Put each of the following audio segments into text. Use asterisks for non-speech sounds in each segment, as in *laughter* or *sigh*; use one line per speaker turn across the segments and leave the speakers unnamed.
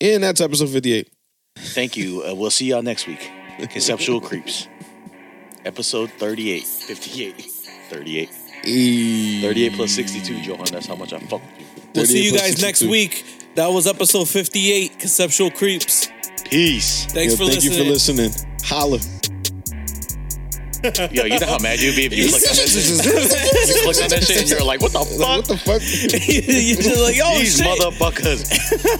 And that's episode 58.
Thank you. Uh, we'll see y'all next week. *laughs* Conceptual Creeps, episode 38.
58.
38.
E-
38 plus 62, Johan. That's how much I fuck with you.
We'll
38
see you
plus
guys next
62.
week. That was episode 58, Conceptual Creeps.
Peace.
Thanks
Yo,
for
thank
listening.
you for listening. Holla.
Yo, you know how mad you'd be if
*laughs*
you clicked on *laughs* that shit? You clicked on that shit and you're like, what the
Like,
fuck?
what the fuck?
You're just like, oh,
These
shit.
motherfuckers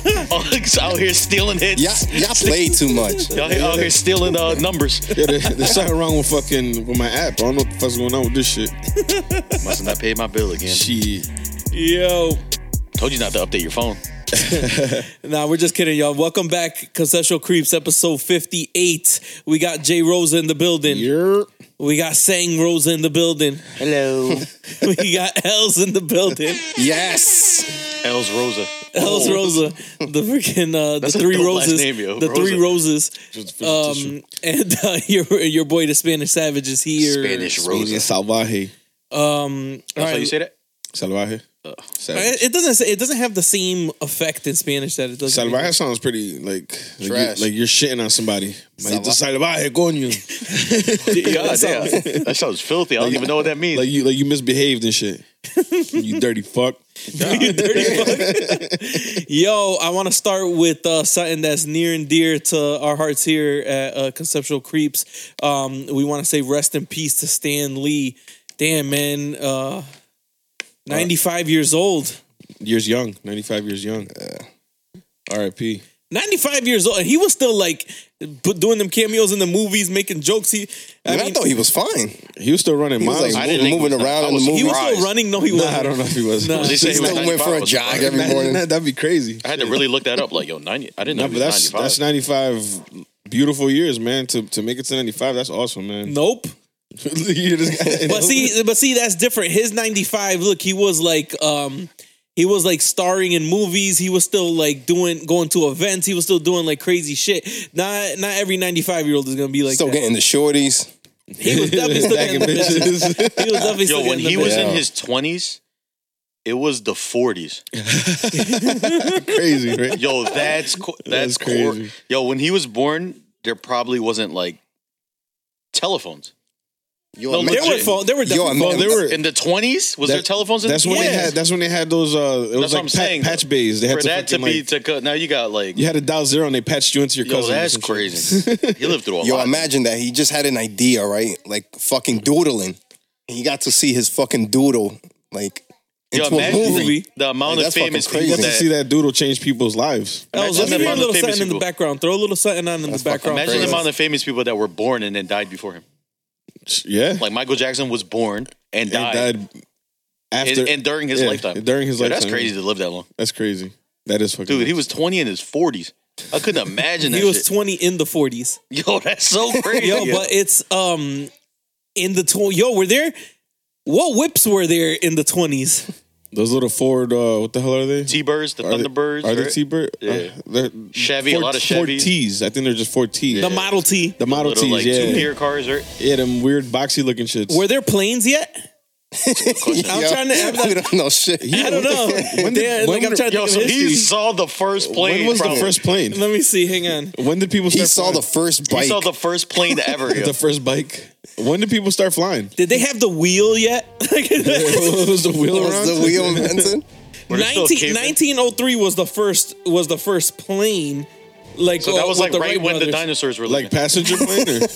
*laughs* Uggs out here stealing hits.
Y'all, y'all play too much.
Y'all here- out here stealing uh, numbers.
Yo, there- there's something wrong with fucking with my app. I don't know what the fuck's going on with this shit.
*laughs* Must have not paid my bill again.
Shit.
Yo.
Told you not to update your phone.
Nah, we're just kidding, y'all. Welcome back, Conceptual Creeps, episode 58. We got Jay Rosa in the building.
You're
We got Sang Rosa in the building. *laughs*
Hello.
we got Els in the
*laughs*
building.
yes.
Els Rosa. Oh.
Els
Oh.
Rosa. The freaking uh, the
That's a
three
dope last
roses.
name, yo.
the three roses.
Just
Um, *laughs* and uh, your your boy the Spanish Savage is here.
Spanish Rosa.
Rosa
That's
Salvaje.
Um all
how
right.
you say *laughs* that?
Salvaje. Savage.
It it doesn't say, it doesn't have the same effect in Spanish that it does. in
Salvaje sounds pretty like like, you-
Trash.
like you're shitting on somebody. Like,
Salva-
salvaje, coño.
Yeah, damn. That sounds filthy. I don't even know what that means.
Like you like you misbehaved and shit. you dirty fuck.
*laughs* You dirty fuck. Yo, I want to start with uh, something that's near and dear to our hearts here at uh, Conceptual Creeps. Um, we want to say rest in peace to Stan Lee. Damn, man. Uh, 95 years old.
Years young. 95 years young. R.I.P.
95 years old. And he was still like bu- doing them cameos in the movies, making jokes. He, I
I, mean,
mean,
I thought he was fine.
He was still running
He
miles.
was
I
like
didn't
moving,
think he was
around
fine.
in the
I was-
movie.
he was
Rise.
still running. No, he
nah,
wasn't.
I don't know if he
*laughs*
was.
Nah.
They say
He
he was
still went for
95
a
was
jog
fine.
every
Imagine
morning.
that, that'd be crazy.
I had to really look that up. Like, yo, 90. I didn't know
Nah,
he
but
was
that's
95.
that's 95 beautiful years, man. To to make it to 95, that's awesome, man.
*laughs*
Nope.
You *laughs* just-
but see, but see, that's different. His '95 look, he was like, um, he was like starring in movies. He was still like doing, going to events. He was still doing like crazy shit. Not, not every '95 year old is gonna be like
Still
that.
getting the shorties.
He was definitely
*laughs*
still
Back in
getting
*laughs*
the bitches.
bitches.
He was definitely still
Yo, when
getting the
he was
bitches.
in
Yeah.
his 20s, it was the 40s.
crazy, right?
Yo, that's co- that's,
That's
crazy.
crazy.
Yo, when he was born, there probably wasn't like telephones.
Yo,
No,
There were
legit.
phone, there were
Yo,
definitely
I mean-
phone-
Oh, they were.
In the 20s, was there
That-
telephones in
That's
the
when
20s?
they
Yeah.
had. That's when they had those. Uh, it was
That's what
like
I'm
pat-
saying, though.
patch bays. They had
For
to,
that to
fucking,
be
like,
to cut, now you got like,
you had to dial zero and they patched you into your
yo,
cousin. or
that's
some shit.
crazy. he lived through a
Yo,
lot.
imagine that. He just had an idea, right? Like fucking doodling. And he got to see his fucking doodle, like,
Yo,
into a
imagine
movie.
the amount
Like,
of
that's fucking
famous
You
people
got to see
that.
that doodle change people's lives.
That
Imagine
was, let me
the
hear a
amount of
little
famous
something in the
people.
background. Throw a little something on in the
That's
background.
Imagine the
Crazy.
amount of famous people that were born and then died before him.
Yeah,
Like Michael Jackson was born
and
and died,
died after
and, and during his
yeah,
lifetime.
During his
Yo,
lifetime,
that's crazy to live that long,
That's crazy. That is fucking.
dude. He
nuts.
was twenty in his forties. I couldn't imagine that.
he was
shit.
20 in the 40s.
Yo, that's
*laughs*
so crazy.
Yo, but it's um in the 20. Yo, were there what whips were there in the 20s?
Those little Ford. Uh, what the hell are they?
T-Birds, the
Are they-
Thunderbirds,
Are they
right?
T Bird?
Yeah.
they're
Chevy, a lot of
Ford
Chevys.
T's. I think they're just Ford T's.
The Model T.
The Model
Little,
T's,
like
yeah,
two-tier cars, right?
*laughs* yeah, them weird boxy looking shits.
Were there planes yet? I'm
Yo,
trying to- I'm not-
*laughs* we don't know shit.
I
*laughs*
don't know.
When did-
Yeah, like
when
I'm trying to
Yo,
think
so
of
he
history.
saw the first plane.
when was
probably.
the first plane?
Let me see. Hang on.
When did people
He
start?
saw the
flying?
first
He
bike.
saw the first plane ever.
*laughs*
yo.
the first bike. When did people start *laughs* flying?
Did they have the wheel yet? *laughs*
was the wheel
Was
around?
the wheel invented?
Were they
*laughs*
still
19,
cavemen?
1903 was the first was the first plane. Like uh,
So that was like
the
right
Wright
when the
brothers.
dinosaurs were
like
like.
passenger plane?
*laughs*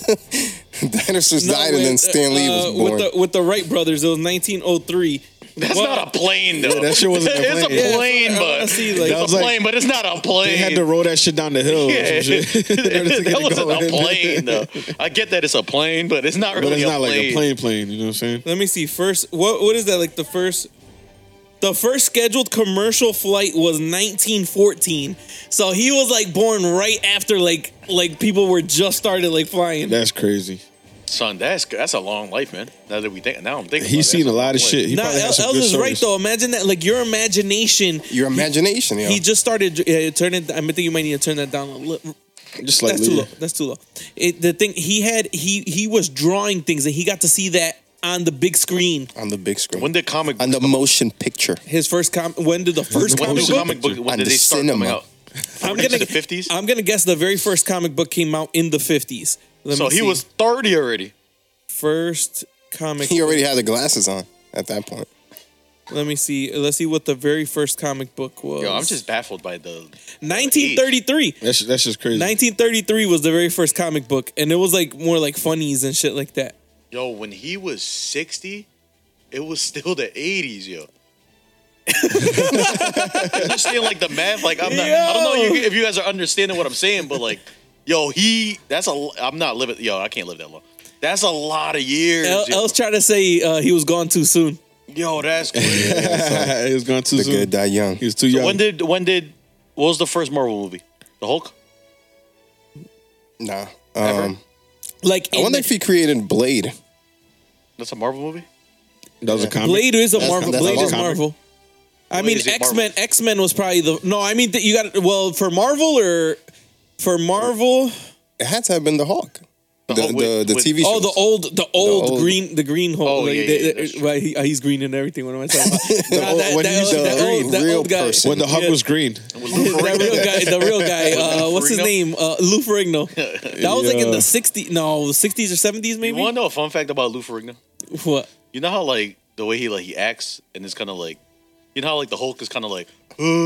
Or?
*laughs* Dinosaurs
No,
died and then
with,
Stan Lee
uh,
was born.
With the, with the Wright brothers, it was 1903.
That's
Well,
not a plane though.
that shit wasn't a
*laughs* it's
plane.
a
Yeah,
plane,
I- I
but
see, like-
That
it's
was
a
like-
plane, but it's not a plane.
They had to roll that shit down the hill. or
Yeah.
some
*laughs*
shit. *laughs* In order to get
that
it
wasn't a
going.
plane though. I get that it's a plane, but it's not
*laughs*
really
But it's
a
not like
plane.
a plane plane. You know what I'm saying?
Let me see. First, what what is that? Like the first, the first scheduled commercial flight was 1914. So he was like born right after like like people were just started like flying.
That's crazy.
Son, that's that's a long life, man. Now that we think, now I'm thinking.
He's
about it,
seen a
that's
lot of
long
shit.
life.
He
No,
probably has
Els
some
Els
good
is right
stories.
though. Imagine that, like your imagination.
Your imagination, yo.
He just started. Uh, turn it. I think you might need to turn that down a little.
Just like
That's too low. That's too low. It, the thing he had, he he was drawing things, and he got to see that on the big screen.
on the big screen.
When did comic?
on the motion picture. *laughs*
His first com. When did the first
when *laughs*
comic
did
book?
comic book? When
On
did
the
they start
cinema.
coming out?
I'm
Into
gonna
*laughs* the 50s?
I'm gonna guess the very first comic book came out in the 50s. Let
So
me
he
see.
was 30 already.
first
*laughs*
comic.
He already had the glasses on at that point.
Let me see. Let's see what the very first comic book was.
Yo, I'm just baffled by the.
1933.
That's that's just crazy.
1933 was the very first comic book, and it was like more like funnies and shit like that.
Yo, when he was 60, it was *laughs* still the 80s, yo. *laughs* Understand like the math? Like I'm not. I don't know you- if you guys are understanding what I'm saying, but like, yo, he. That's a. I'm not living. Yo, I can't live that long. That's a lot of years.
El-
yo.
Els tried to say uh, he was gone too soon.
yo, that's crazy.
*laughs* he was gone too
The
soon.
good die young.
He was too young.
When did when did what was the first Marvel movie? The Hulk?
Nah.
Ever?
Um,
Like
I wonder
in
if he created Blade.
That's a Marvel movie?
that was a comic.
Blade is a
That's-
Marvel.
that's
Blade
a
is
comic.
Marvel. I
Blade
mean,
is a Marvel.
X Men. X Men was probably the no. I mean, th- you got well for Marvel or for Marvel.
It had to have been the Hulk. The,
Hulk
the,
with-
the
with-
TV show.
Oh, the old, the old,
old-
green, the green hole.
Oh,
like,
yeah, yeah,
they- they-
that's true.
well, he- he's green and everything. What am I talking about?
*laughs* The
Nah,
old-
that-
when
that
he's
old-
the
that old-
green,
that
real
old guy.
person.
When the Hulk
Yeah.
was green.
that real guy, the real guy. Uh, what's his
Ferrigno?
name? Uh, Lou
*laughs*
Ferrigno. That was like in
Yeah.
the 60s, no, 60s or 70s
You
maybe.
wanna know a fun fact about Lou Ferrigno?
What?
You know how like the way he like he acts and it's kinda like you know how like the Hulk is kinda like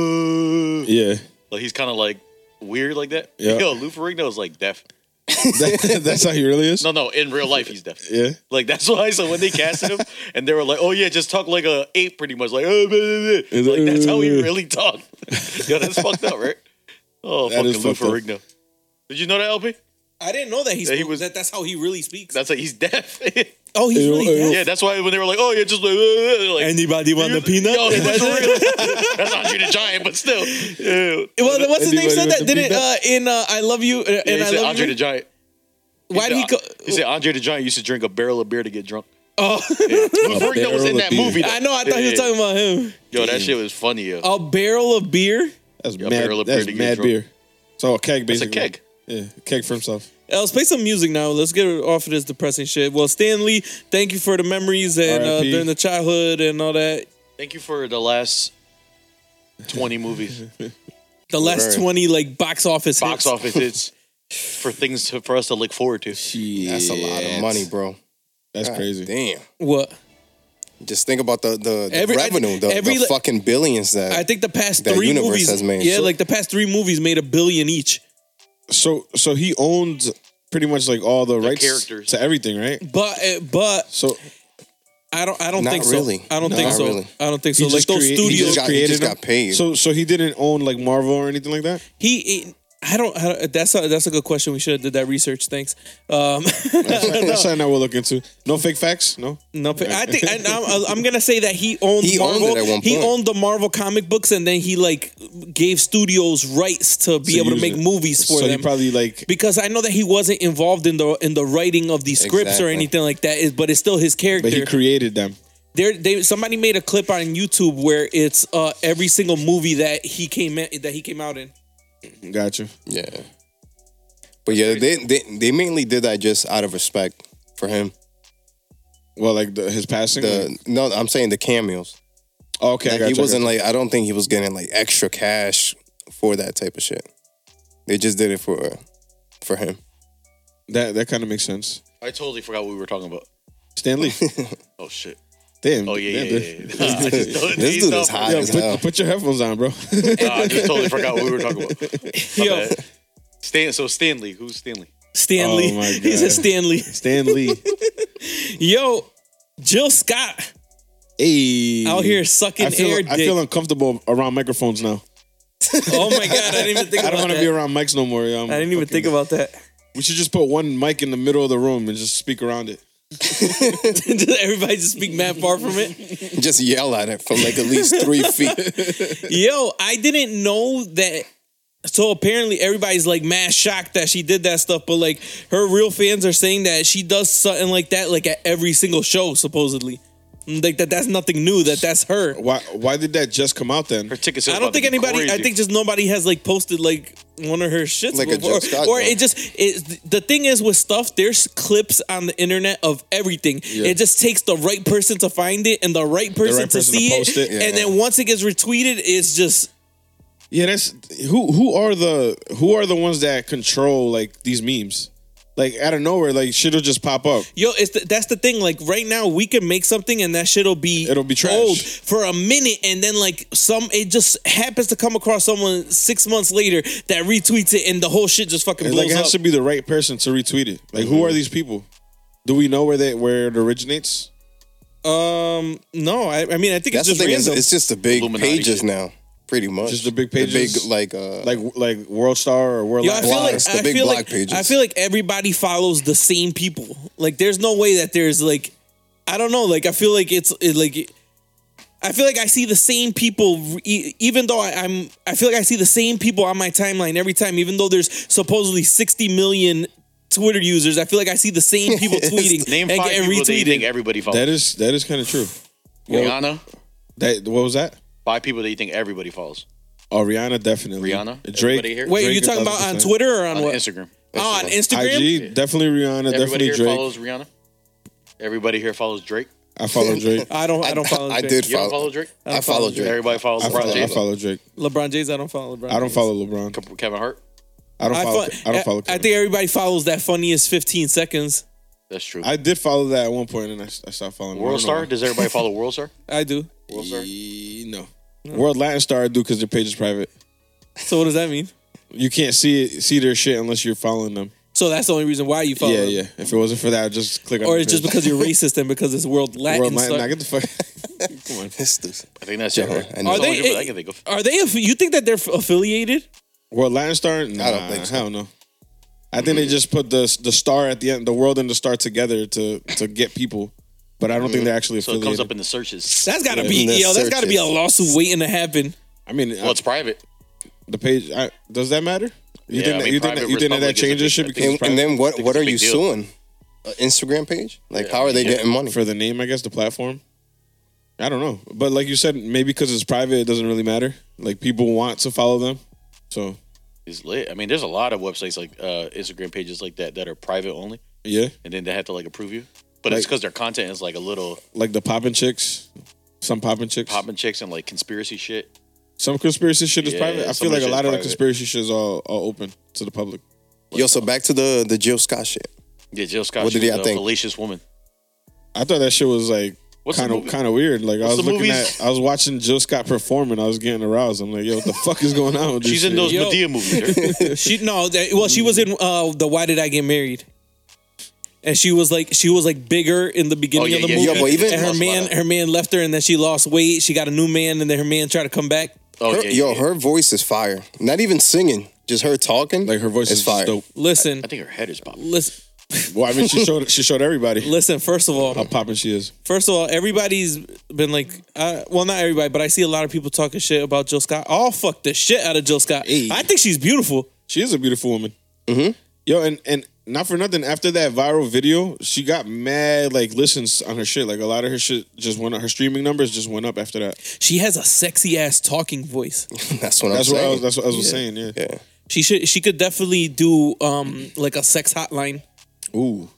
"Ugh,"
Yeah.
like he's kinda like weird like that?
Yeah.
Yo, Lou Ferrigno is like deaf.
*laughs* That- *laughs* that's how he really is.
No no, in real life he's deaf.
Yeah.
Like that's why so when they casted
*laughs*
him and they were like, Oh yeah, just talk like a ape pretty much, like *laughs* "Uh, blah, blah, blah." like that's how he really
*laughs*
talked. Yo, that's fucked up, right? Oh
That is
fucking Lou
fucked up.
Ferrigno. Did you know that LP?
I didn't know that he's,
Yeah, he was-
that, that's how he really speaks.
That's like he's deaf. *laughs*
oh, he's
Ew,
really
ew.
deaf.
yeah, that's why when they were like, "Oh, yeah, just like,
*laughs*
uh, like *laughs*
Anybody want a peanut?
Yo,
And *laughs*
that's,
that's it.
real. that's not Judah Giant, but
*laughs*
still. Ew.
Well, what's his name
Anybody
said
want
that?
a
Didn't uh,
peanut?
in uh, I love you uh,
Yeah,
and
he
I
said
love
Andre
you.
the Giant.
Why did he? Co-
He said Andre the Giant used to drink a barrel of beer to get drunk.
*laughs* oh,
Lou Ferrigno was
barrel
in
of
that
beer.
movie. Though.
I know. I thought he was
Yeah,
talking about Oh. him.
yeah. Yo, that shit was funny. Yo.
A barrel of beer.
That's
Yeah, barrel
mad.
of beer
That's
to get
mad
drunk.
beer. So a keg
a
basically.
keg.
Yeah, a keg for himself.
Uh, Let's play some music now. Let's get off of this depressing shit. Well, Stanley, thank you for the memories and uh,
R.I.P.
during the childhood and all that.
Thank you for the last 20
*laughs*
movies.
The last
Right.
twenty like box office
Box
hits.
office hits for things to, for us to look forward to.
That's a lot of money, bro.
That's
God
crazy.
Damn.
What?
Just think about the, the, the
Every- I-
revenue, the,
every
the
li-
fucking billions that.
I think the past
That
three
universe
movies
has made.
Yeah,
So-
like the past three movies made a billion each.
So so he owns pretty much like all the, rights
characters.
to everything, right?
But uh, but
So
I don't I don't
Not
think
really.
so. I don't
No,
think
not
so.
really.
I don't think
he
so. Like
just
those
crea- he
studios,
just
got- he
created
just
them?
got paid.
So so he didn't own like Marvel or anything like
*laughs*
that.
he. he- I don't. I don't- That's a that's a good question. We should have did that research. Thanks. Um, *laughs*
That's something that we'll look into. No fake facts. No.
no, I think I, I'm, I'm gonna say that he owned
He owned
Marvel.
it at one
He
point.
owned the Marvel comic books, and then he like gave studios rights to be
To
able to
use
make
it.
movies for
so
them.
he probably like
because I know that he wasn't involved in the in the writing of these scripts or
Exactly.
anything like that. Is but it's still his character.
but he created them.
there, they somebody made a clip on YouTube where it's uh, every single movie that he came in, that he came out in.
Gotcha.
yeah. But yeah, they, they they mainly did that just out of respect for him.
Well, like the, his passing.
The no, I'm saying the cameos.
oh, okay,
Like,
I gotcha,
he wasn't
I
like I don't think he was getting like extra cash for that type of shit. They just did it for for him. *laughs*
gotcha. that. That kind of makes sense.
I totally forgot what we were talking about.
*laughs*
Stanley.
Oh, shit.
Damn.
Oh, yeah,
damn,
yeah,
dude.
yeah. yeah. I *laughs* just totally-
This dude is high
Yo,
as hell.
put, put your headphones on,
*laughs*
bro.
Nah, I just totally forgot what we were talking about. My
Yo.
bad. Stan, so Stanley, who's Stanley?
Stanley,
Oh
*laughs*
my
he said
God.
Stanley.
Stan Lee.
Yo, Jill Scott
Hey.
out here sucking
I feel,
air
I
dick.
feel uncomfortable around microphones now.
oh my god, I didn't even think
*laughs* I don't
about
want to
that.
be around mics no more. yo. I'm
I didn't even
fucking-
think about that. *laughs*
We should just put one mic in the middle of the room and just speak around it.
Just Everybody just speak mad far from it.
just yell at it from like at least
*laughs*
three feet.
Yo, I didn't know that. So apparently everybody's like mad shocked that she did that stuff, but like her real fans are saying that she does something like that like at every single show supposedly. Like that that's nothing new that that's her.
Why? Why did that just come out then?
Her tickets.
I don't think anybody I think just nobody has like posted like one of her shits
Like a
before.
Jill Scott
or
one.
it just it, the thing is with stuff there's clips on the internet of everything.
Yeah.
It just takes the right person to find it and the right person,
person to
to see
post it,
and then once it gets retweeted it's just
Yeah, that's who who are the who are the ones that control like these memes? Like out of nowhere, like shit'll just pop up.
Yo, it's the, that's the thing. Like right now, we can make something and that shit'll be
It'll be trash.
for a minute, and then like some, it just happens to come across someone six months later that retweets it, and the whole shit just fucking
It's
blows
like it
up.
has to be the right person to retweet it. Like
Mm-hmm.
who are these people? Do we know where they where it originates?
um, no, I, I mean, I think
That's the
it's just
thing. It's,
random.
it's just the big
Illuminati
pages
shit.
now, pretty much.
Just the big
The
pages?
big like uh
Like like World Star or World
Yo, I feel like
Blogs, the
I
big
feel
blog
like
pages.
I feel like everybody follows the same people. Like there's no way that there's like I don't know. Like I feel like it's it, like I feel like I see the same people e- even though I, I'm I feel like I see the same people on my timeline every time. Even though there's supposedly 60 million Twitter users, I feel like I see the same people tweeting
Name
and
five
getting
people that you think
retweeted.
everybody
that
follows.
is that is kind of true.
Rihanna.
That what was that?
Five people that you think everybody follows
Oh, Rihanna definitely.
Rihanna?
Drake.
Everybody here?
Wait, are
Drake
you talking about on
1000%.
Twitter or on,
on
what?
Instagram.
Oh, on Instagram.
IG definitely Rihanna.
Everybody
definitely
here
Drake.
follows Rihanna. Everybody here follows Drake.
I
*laughs*
follow Drake.
I don't. I don't follow.
*laughs* I
Drake.
did
You don't follow
follow.
Drake?
I follow Drake.
Everybody follows
I follow,
LeBron
I
James.
follow Drake.
LeBron James. I don't follow LeBron.
I don't
James.
follow LeBron.
Kevin Hart.
I don't
I,
follow.
fo-
I don't follow.
I, I
Kevin.
think everybody follows that funniest 15 seconds.
That's true.
I did follow that at one point, and I, I stopped following. him. I
World
don't
Star.
know
Does everybody follow World Star?
I do.
why.
World Star.
E- no. World Latin Star I do because their page is private.
So what does that mean?
You can't see it, see their shit unless you're following them.
So that's the only reason why you follow.
yeah,
them.
yeah. If it wasn't for that, I'd just click on.
Or
their
it's just
page.
because you're racist and because it's world
*laughs*
Latin.
World Latin.
Star.
Nah, get the fuck. *laughs* Come on.
It's this-
I think that's it. Right?
I know.
Are
That's the only people
they?
I can think of.
Are they? aff- You think that they're f- affiliated?
World Latin Star? Nah, I
don't think so.
Hell no. I think they just put the the star at the end, the world and the star together to to get people. But I don't
Mm.
think they're actually
So it
affiliated.
comes up in the searches.
That's gotta
in the
be yo. That's gotta be a
searches.
lawsuit waiting to happen.
I mean,
Well,
I-
it's private.
the page. I, does that matter? You
Yeah,
think
I
that,
mean,
you think that,
private
you think that, that
versus public is a
changes
big-
shit
I think
because it's
it's
And, and
private?
then what?
think
What
it's a
are
big
you
deal.
suing? An Instagram page? Like, how are they
yeah.
getting money?
for the name, I guess the platform. I don't know, but like you said, maybe because it's private, it doesn't really matter. Like people want to follow them, so
It's lit. I mean, there's a lot of websites like uh, Instagram pages like that that are private only,
yeah.
and then they have to like approve you. But it's
Like-
because their content is like a little
Like the poppin' chicks, some poppin' chicks,
popping chicks and like conspiracy shit.
some conspiracy shit is
Yeah,
private. I
some
feel like a
shit's
lot of the
private.
conspiracy shit is all, all open to the public.
Yo, so back to the the Jill Scott shit.
Yeah, Jill Scott.
What
What
did
did she
y'all
was a
think?
Fallacious woman.
I thought that shit was like
What's the
kind of
movie?
kind of weird. Like I
What's
was
the
looking
movies?
at, I was watching Jill Scott perform, and I was getting aroused. I'm like, yo, what the fuck is going on with this?
She's in
shit?
those
Yo.
Medea
*laughs*
movies. right?
She no. That, well, she was in uh, the Why Did I Get Married? And she was like, she was like bigger in the beginning
Oh, yeah,
of the
yeah,
movie.
yeah,
but even-
and her
Lost a lot
man,
of-
her man left her, and then she lost weight. She got a new man, and then her man tried to come back.
Oh
Her-
yeah,
yo,
yeah, yeah.
her voice is fire. Not even singing, just her talking.
Like her voice is
fire.
dope.
Listen,
I think her head is popping.
listen,
Well, I mean, she showed she showed everybody
listen. First of all,
how popping she is.
First of all, everybody's been like, uh, well, not everybody, but I see a lot of people talking shit about Jill Scott. I'll fuck the shit out of Jill Scott.
Hey.
I think she's beautiful.
She is a beautiful woman. Mm-hmm. Yo, and and not for nothing. After that viral video, she got mad like listens on her shit. Like a lot of her shit just went up. Her streaming numbers just went up after that.
She has a sexy ass talking voice.
*laughs* That's
That's
what I'm
what I
saying.
was. That's what I was saying. Yeah.
She should. She could definitely do um like a sex hotline.
Ooh.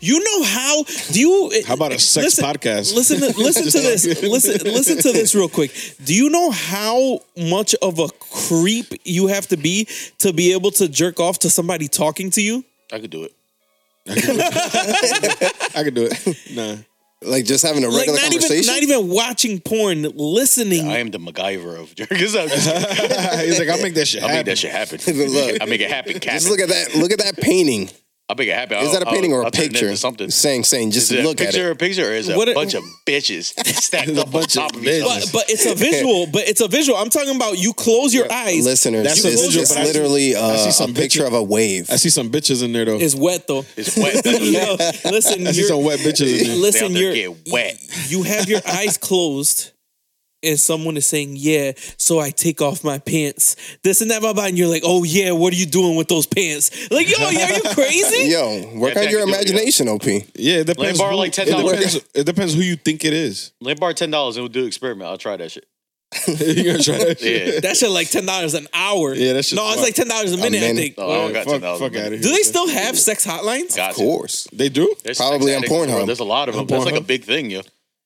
You know how? Do you? eh,
How about a sex podcast?
Listen, to, listen to this.
*laughs*
Listen, listen to this real quick. Do you know how much of a creep you have to be to be able to jerk off to somebody talking to you?
I could do it.
I could do it. *laughs* Nah.
Like just having a
Like
regular
not even
conversation.
not even watching porn, listening.
I am the MacGyver of *laughs* jerks. I'm just kidding.
He's like, I'll make that shit
I make
happen.
that shit happen.
*laughs* Look.
I make it happen.
just
Captain.
look at that. Look at that painting.
I make it happen.
Is that a painting or a picture?
Something.
Saying, saying. Just
Is it a
look at
picture
it.
or a picture or is it
What
a
a-
bunch of
*laughs*
bitches stacked
It's a
up on
bunch of
top of each other?
But but it's a visual. But it's a visual. I'm talking about you close your eyes.
Listeners,
That's
that's
a
it's,
visual,
it's
but I see-
literally
I see
uh,
some
a picture
bitches-
of a wave.
I see some bitches in there though.
It's wet though.
*laughs* It's
*laughs*
wet.
Yo, listen,
I see
you're-
some *laughs* wet bitches in there.
They out
listen,
there
you're
get wet.
you have your eyes closed. And someone is saying, "Yeah," so I take off my pants. This and that, blah blah. And you're like, "Oh yeah, what are you doing with those pants?" Like, yo, yeah, are you
*laughs*
crazy?
Yo,
Yeah,
work out your
that could do it, yeah.
imagination, OP.
Yeah, it depends.
borrow
who-
like
it
$10.
depends- It depends who you think it is. *laughs*
Let me borrow ten dollars and we'll do an experiment. I'll try that shit.
you gonna try that shit?
Yeah.
That shit like ten dollars an hour.
Yeah, that's just
no, it's
fuck.
like ten dollars a minute. I
minute.
think.
No, I don't got ten
fuck,
dollars.
fuck out of here.
Do they still have sex hotlines?
Of course.
They do?
Probably on Pornhub.
There's a lot of them. That's like a
Pornhub.
big thing, yo.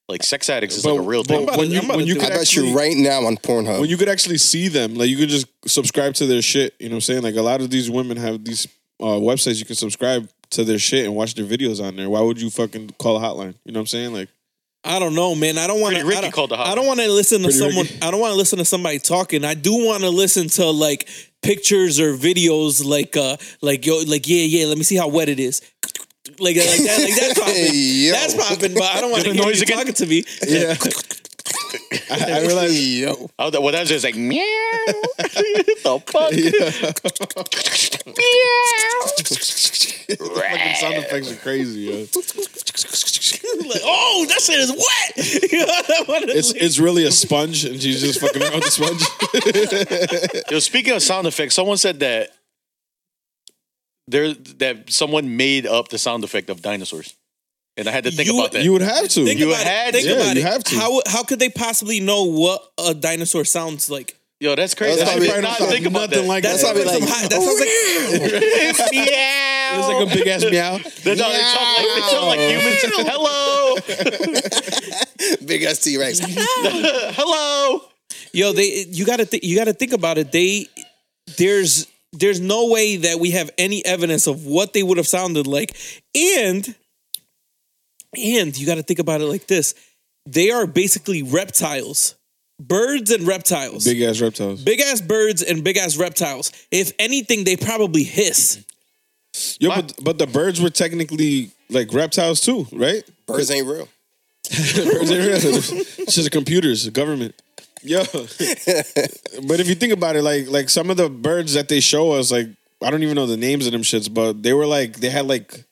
Like sex addicts is
But-
like a real
but
thing.
what-
When
I'm
you,
about to
when you
do
could
it.
I bet
actually,
you right now on Pornhub.
when you could actually see them, like you could just subscribe to their shit. You know what I'm saying? Like a lot of these women have these uh, websites you can subscribe to their shit and watch their videos on there. Why would you fucking call a hotline? You know what I'm saying? Like
I don't know, man. I don't want
Pretty Ricky
to.
called the hotline.
I don't want to listen to
Pretty
someone.
Ricky.
I don't want to listen to somebody talking. I do want to listen to like pictures or videos, like uh, like yo, like yeah, yeah. Let me see how wet it is. Like, like that, like
*laughs*
that's popping.
Yo.
that's popping, but I don't want to
The
hear
noise
you
again?
talking to me. *laughs*
yeah. *laughs* I, I realize
*laughs* Yo.
I was, well, that's just
*laughs*
like meow. *laughs* the fuck? *laughs*
fucking sound effects are crazy. Yo.
like, oh, that shit is wet. *laughs* You know, I wanna
It's
like-
it's really a sponge, and she's just fucking around with the sponge.
Yo, speaking of sound effects, someone said that there that someone made up the sound effect of dinosaurs, and I had to think
You-
about that.
you would have to.
think
you
about
had
it. Think
to.
Yeah,
about
you
it.
have to.
How how could they possibly know what a dinosaur sounds like?
Yo, that's crazy.
That's
I
probably-
did not
that's
think about
nothing
that. *laughs*
like
That
that.
That's
sounds like,
probably
some
like,
high, that sounds like
It was like a big ass meow.
They sound like, they sound like humans. *laughs* Hello,
Big ass T Rex.
hello.
Yo, they you gotta th- you gotta think about it. They there's there's no way that we have any evidence of what they would have sounded like, and and you gotta think about it like this: they are basically reptiles, birds and reptiles,
Big ass reptiles.
big ass birds and big ass reptiles. If anything, they probably hiss.
Yo, but, but the birds were technically like reptiles too, right?
Birds ain't real.
Birds ain't real. *laughs* it's just computers, government. Yo, *laughs* but if you think about it, like like some of the birds that they show us, like I don't even know the names of them shits, but they were like they had like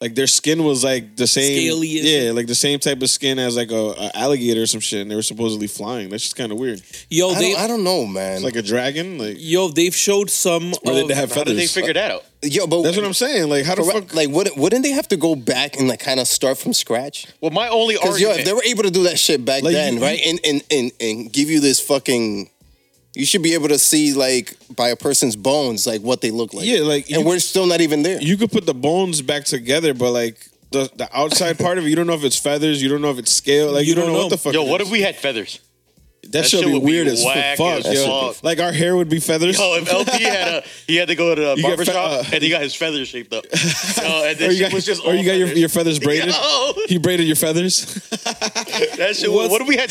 like their skin was like the same,
Scaly and
yeah, like the same type of skin as like a, a alligator or some shit, and they were supposedly flying. That's just kind of weird,
Yo,
I
they
don't, I don't know, man.
Oh, like a dragon, like
yo they've showed some. um,
or did
of-
they have
How
feathers?
did they figure that out?
Yo, but
That's what I'm saying. Like how the fuck?
Like, would, wouldn't they have to go back and like kind of start from scratch?
Well, my only
Because yo, if
argument.
they were able to do that shit back
Like,
then,
you-
right, and, and and and give you this fucking, you should be able to see like by a person's bones like what they look like.
Yeah, like,
and
you-
we're still not even there.
you could put the bones back together, but like the the outside part of it, you don't know if it's feathers, you don't know if it's scale, like you, don't, know, what the fuck.
yo,
it
what
is.
if we had feathers?
That, should
shit
be
would be
weird as
whack
fuck,
as
yo.
fuck.
Like our hair would be feathers.
Yo, if LP had a, he had to go to the
*laughs* You get fe-
barbershop
uh,
and he got his feathers
*laughs*
shaped up. Yo, and
or
this
you
shit
got,
was just
or you
all
got your,
feathers.
your feathers
*laughs*
braided.
Yo,
He braided your feathers.
that shit. was-
What's-
What if we had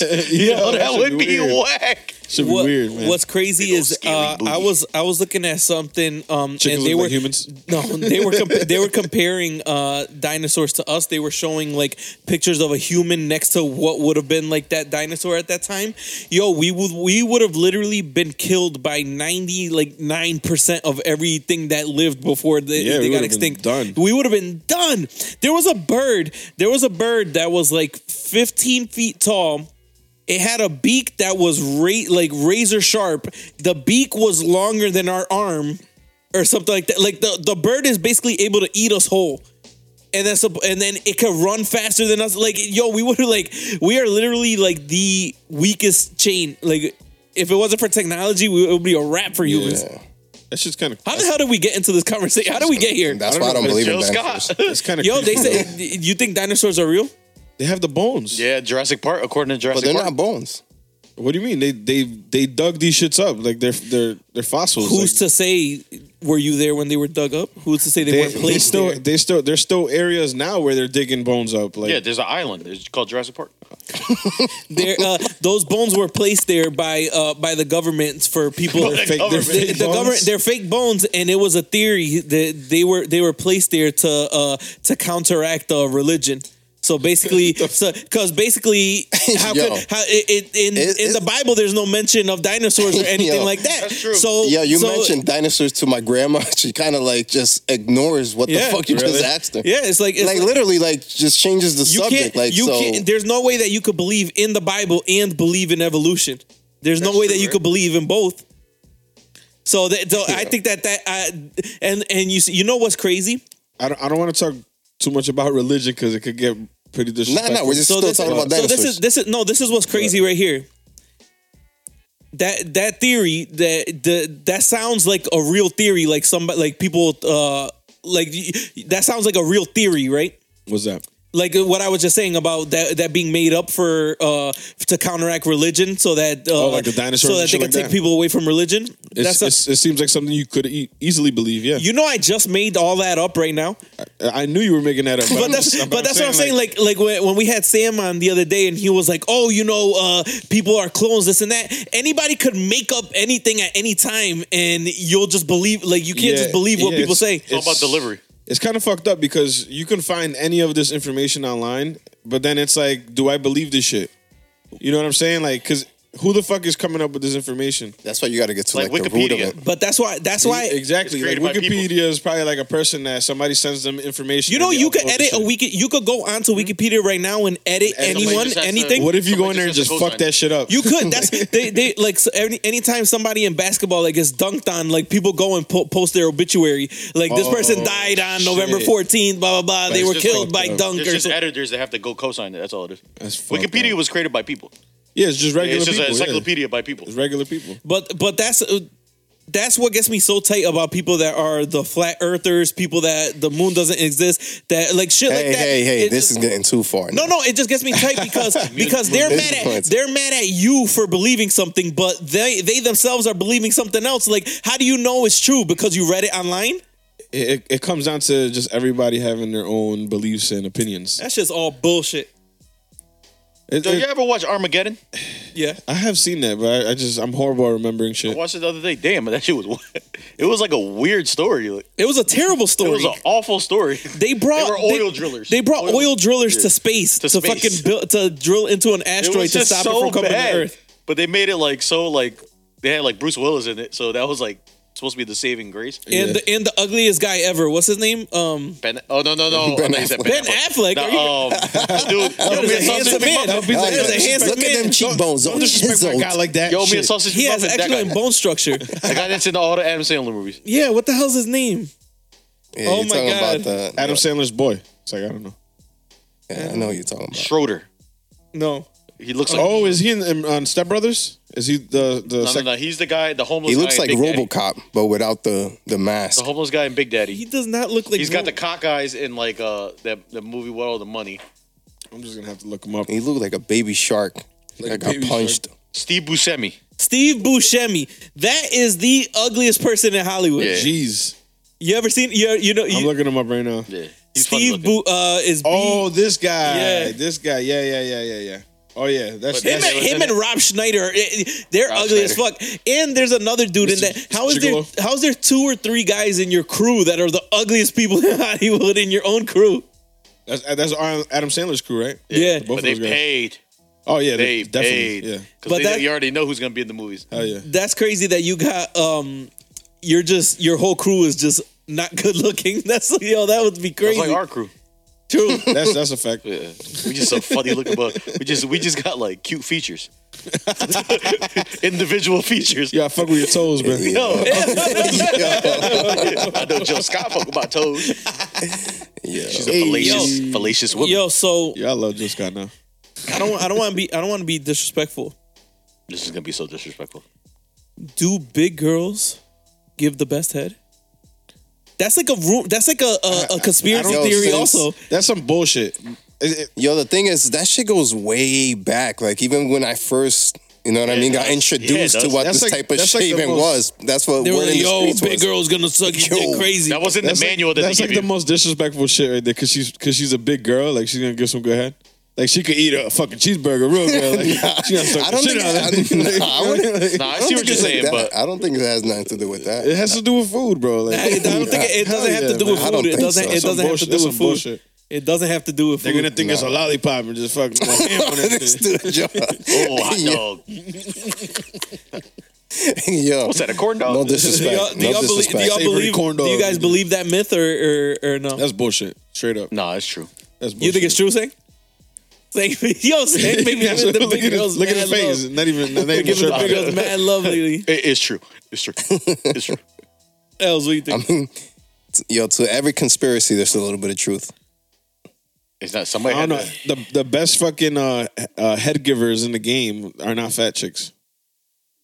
*laughs* Yo,
*laughs* Yo, that would be
weird.
whack.
Should be
What-
weird, man.
What's crazy
Big ol'
is
scaly
uh, I
booty.
was I was looking at something um,
Chickens
and they
look
were
like humans.
no they were compa- they were comparing uh, dinosaurs to us. They were showing like pictures of a human next to what would have been like that dinosaur at that time. Yo, we would we would have literally been killed by ninety like nine percent of everything that lived before they,
Yeah, we
they
would have
got
been
extinct.
done.
We would have been done. There was a bird. There was a bird that was like fifteen feet tall. It had a beak that was ra- like razor sharp. The beak was longer than our arm, or something like that. Like the, the bird is basically able to eat us whole, and that's a, and then it could run faster than us. Like yo, we would *laughs* like we are literally like the weakest chain. Like if it wasn't for technology, we, it would be a wrap for humans.
Yeah.
That shit's kind of.
How the hell did we get into this conversation? How did we get here?
That's why I don't
know,
believe in
Joe
dinosaurs.
Scott.
*laughs*
*laughs*
It's kind of.
Yo, they said *laughs* you think dinosaurs are real?
they have the bones.
Yeah, Jurassic Park. According to
But
Jurassic
they're
Park,
not bones.
What do you mean? They they they dug these shits up. Like they're they're they're fossils.
Who's
like,
to say were you there when they were dug up? Who's to say they,
they,
weren't
they
placed
still
*laughs*
there?
they still there's still areas now where they're digging bones up. Like
yeah, there's an island. It's called Jurassic Park.
There, uh, those bones were placed there by uh, by the government for
*laughs*
people.
By the
fake, they're
government.
fake
the, the
bones.
government, they're fake bones, and it was a theory that they were they were placed there to uh, to counteract uh, religion. So
*laughs*
basically, because basically, how
Yo.
could how it, it, in
It-
in
it-
the Bible there's no mention of dinosaurs or anything
*laughs* Yo.
like that.
That's true.
So
Yeah, you
Oh, so-
mentioned dinosaurs to my grandma. *laughs* She kind of like just ignores what
Yeah,
the fuck you
really?
just asked her.
Yeah, it's like it's
like, literally, like just changes the
you
subject.
can't
like
you
so,
can't there's no way that you could believe in the bible and believe in evolution there's no
That's
way
true,
that you
right?
could believe in both so that so i think that that I, and and you s- you know what's crazy
I don't I don't want to talk too much about religion because it could get pretty
nah,
disrespectful.
nah, we're just
so
still
this,
talking about
so
dinosaurs.
this is this is no this is what's crazy right here that that theory that the that sounds like a real theory like somebody like people uh like y- that sounds like a real theory right
What's that?
like uh, what I was just saying about that that being made up for uh to counteract religion, so that uh,
Oh, like the dinosaurs
so
and
that they
shit
can
like
take
that.
people away from religion.
It's,
a-
it's, it seems like something you could e- easily believe. Yeah,
you know, I just made all that up right now.
I knew you were making that up.
but
I'm
that's
just-
but that's what I'm saying. Like like when, when we had Sam on the other day, and he was like, "Oh, you know, uh, people are clones, this and that." Anybody could make up anything at any time, and you'll just believe. Like you can't
Yeah,
just believe what
yeah,
people
it's-
say.
It's all about delivery.
it's kind of fucked up because you can find any of this information online, but then it's like, do I believe this shit? You know what I'm saying? Like, because who the fuck is coming up with this information?
That's why you got to get to
Like
like, the root of
Wikipedia.
it.
But that's why that's why
exactly. Like
It's created by people.
Wikipedia is probably like a person that somebody sends them information.
You know,
and they
you could
upload the
edit a
shit.
wiki. You could go onto Wikipedia right now and edit
And somebody
anyone,
just has to-
anything.
What if you go in
Somebody
there and
just
just
has
fuck
cosign.
that shit up?
You could. That's they. They like so any anytime somebody in basketball like gets dunked on, like people go and po- post their obituary. Like this person
Oh,
died on
shit.
November fourteenth. Blah blah blah. they
it's
were
just
killed by
fucked up.
dunk
There's
or
just
something.
editors that have to go co-sign it. That's all it is.
That's fucked
Wikipedia
up.
was created by people.
yeah, it's just regular
It's just
people.
an
yeah.
encyclopedia by people.
It's regular people.
But but that's uh, that's what gets me so tight about people that are the flat earthers, people that the moon doesn't exist, that like shit
Hey,
like that.
hey, hey!
It-
This is getting too far.
No, no, it just gets me tight
*laughs*
because because they're
This
mad at
points.
they're mad at you for believing something, but they they themselves are believing something else. Like, how do you know it's true because you read it online?
It, it, it comes down to just everybody having their own beliefs and opinions.
That's just all bullshit.
It-
Yo,
it-
you ever watch Armageddon?
Yeah,
I have seen that, but I, I just I'm horrible at remembering shit.
I watched it the other day. Damn, that shit was. *laughs* It was like a weird story. Like,
it was a terrible
It
story.
was an awful story. *laughs*
they brought
were oil drillers.
They brought oil,
Oil-
drillers
yeah.
to space to,
To space.
fucking build to drill into an
It
asteroid
was
to
just
stop
so
it from coming
bad.
to Earth.
But they made it like so like they had like Bruce Willis in it, so that was like supposed to be the saving grace.
And
Yeah.
the and the ugliest guy ever. What's his name? Um,
Ben, oh no no no!
Ben
I thought you said
Affleck.
Ben Affleck. Are you-
No,
*laughs*
um, dude, yo,
That
me
is
and Sausage
a handsome man.
McMuffin.
That is a
Look
handsome
at
man.
them cheekbones.
Don't disrespect my guy like that.
Yo, me
shit.
and Sausage
He has
McMuffin. That
excellent
guy,
bone structure.
the guy that's in all the Adam Sandler movies.
yeah, what the hell's his name?
Yeah,
Oh
you're
my
talking
God.
about the
Adam Sandler's boy. It's like I don't know.
Yeah, I know what you're talking about.
Schroeder.
No,
He looks like
Oh, is he in, in on Step Brothers? Is he the the?
no, no
sec-
no. He's the guy, the homeless.
He looks
guy
like
in Big Daddy.
RoboCop, but without the the
The
mask.
homeless guy in Big Daddy.
he does not look like.
He's got
Ro-
the cock eyes in like uh that the movie What All the Money.
I'm just gonna have to look him up.
He looked like a baby shark. Like I got
baby
*laughs*
punched.
Steve Buscemi.
Steve Buscemi. That is the ugliest person in Hollywood.
Yeah.
Jeez,
You ever seen? You, you know,
I'm
you,
looking him up right now.
Yeah. He's funny
Steve
looking.
Bu, uh, is B.
Oh, this guy.
Yeah.
This guy. Yeah, yeah, yeah, yeah, yeah. Oh yeah, that's
But
that's
him, and,
Yes,
him and Rob Schneider, eh, eh, they're
Rob
ugly as
Schneider.
fuck. And there's another dude in
Mr.
that. How is there?
Gigolo.
How is there two or three guys in your crew that are the ugliest people *laughs* in Hollywood in your own crew?
that's, that's Ar- Adam Sandler's crew, right?
Yeah,
Both
But
of
they
those guys.
paid.
Oh yeah, they
They
definitely.
paid.
Yeah.
But
Because
that-
you already know who's gonna be in the movies.
Oh yeah.
that's crazy that you got. um You're just your whole crew is just not good looking. *laughs* That's yo, that would be
It's
crazy.
like our crew.
True.
That's that's a fact.
Yeah. *laughs* We just so funny looking, but we just we just got like cute features, *laughs* individual features.
Yeah, I fuck with your toes,
*laughs*
man.
*laughs* Yo. I know Joe Scott fuck
*laughs*
about toes.
Yeah.
She's a fallacious, fallacious woman.
Yo, so
Yeah, I love Jill Scott now.
I don't. I don't want to be. I don't want to be disrespectful.
This is gonna be so disrespectful.
Do big girls give the best head? That's like a room. That's like a a, a conspiracy
I don't-
theory.
Yo, since-
also,
That's some bullshit. It- it-
Yo, the thing is, that shit goes way back. Like even when I first, you know what I
Yeah,
mean,
it
got
does.
introduced
Yeah, it
to
does.
what
That's
this
like-
type of
that's like the
shaving
most-
was. That's what
they were
word in
like,
the
"Yo,
streets
big
was.
girl's gonna suck your dick
Yo,
crazy."
That wasn't the
like-
manual that they
That's
gave
like the
you.
most disrespectful shit right there, cause she's cause she's a big girl. Like she's gonna give some good head. Like she could eat a fucking cheeseburger real good.
*laughs*
Like, she gonna suck the
I don't
shit
think.
out of that. *laughs*
I, *laughs* nah, I wouldn't-
Nah, I,
I don't
see
think
what you're
it's like
saying,
that.
but
I don't think it has nothing to do with
It
that.
has to do with food, bro. Like
I, I don't think it, it
Hell
doesn't have
yeah,
to do with
man.
I
food.
don't
It
think
doesn't.
so.
It
That's
doesn't
some
have to
bullshit.
do
That's
with
some
food.
bullshit.
It doesn't have to do with
They're gonna
food.
think it's a lollipop and just fucking.
*laughs* This dude, yo,
*laughs*
oh hot
yo,
dog. *laughs*
yo,
What's that? A corn dog?
*laughs* no
Do y'all,
disrespect,
do y'all
no
believe? Do y'all
disrespect.
Savory
believe?
corn
Do you
dog.
guys believe that myth or or, or no?
That's bullshit. Straight up.
Nah, it's true.
That's bullshit.
You think it's true, Sang? Sang, yo, Sang, make
*laughs*
me
That's what-
the
look
big
at his,
girls
look at
mad
his face.
love.
Not even.
*laughs*
Not even
Giving
sure
the
about
big
it.
girls mad love lately.
It- it's true.
*laughs*
It's true. It's true.
Else, what you think?
*laughs* Yo, to every conspiracy, there's a little bit of truth.
It's not somebody.
I don't
Had
know.
to-
The the best fucking uh, uh, head givers in the game are not fat chicks.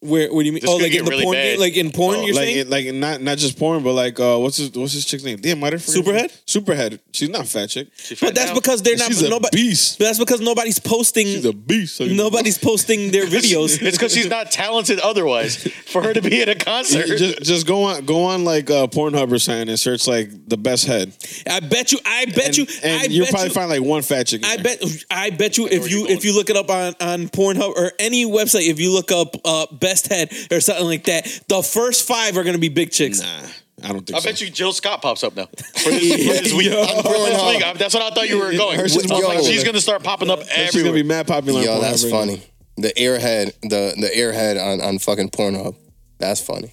Where what do you mean?
This
oh,
could
like in
get
the
really
porn,
bad.
game? like in porn,
Oh,
you're
like
saying?
it, like not not just porn, but like uh, what's his what's his chick's name? Damn, I didn't forget.
Superhead?
Superhead. She's not a fat chick.
but that's because they're not
She's a
nobody.
beast.
But that's because nobody's
She's
posting.
a beast.
Nobody's posting their
*laughs*
videos.
It's because she's not talented otherwise. For her to be at a concert,
Just just go on go on like uh, Pornhub or something and search like the best head.
I bet you. *laughs* I
And,
bet you. I
and you'll
bet
probably
you,
find like one fat chick. in
I
there.
bet I bet you if
where
you
you're
if you look it up on on Pornhub or any website if you look up uh best head or something like that the first 5 are going to be big chicks.
I don't think.
I
so.
bet you Jill Scott
*laughs*
pops up now. For this, for this week,
Yo.
I'm- for this week, I- that's what I thought you were going. I
Her
was
shit's
like,
wild.
she's gonna start popping up
she's gonna
everywhere.
be mad popular. on
Yo,
Pornhub
that's
right
funny. The airhead, the the airhead on on fucking Pornhub. That's funny.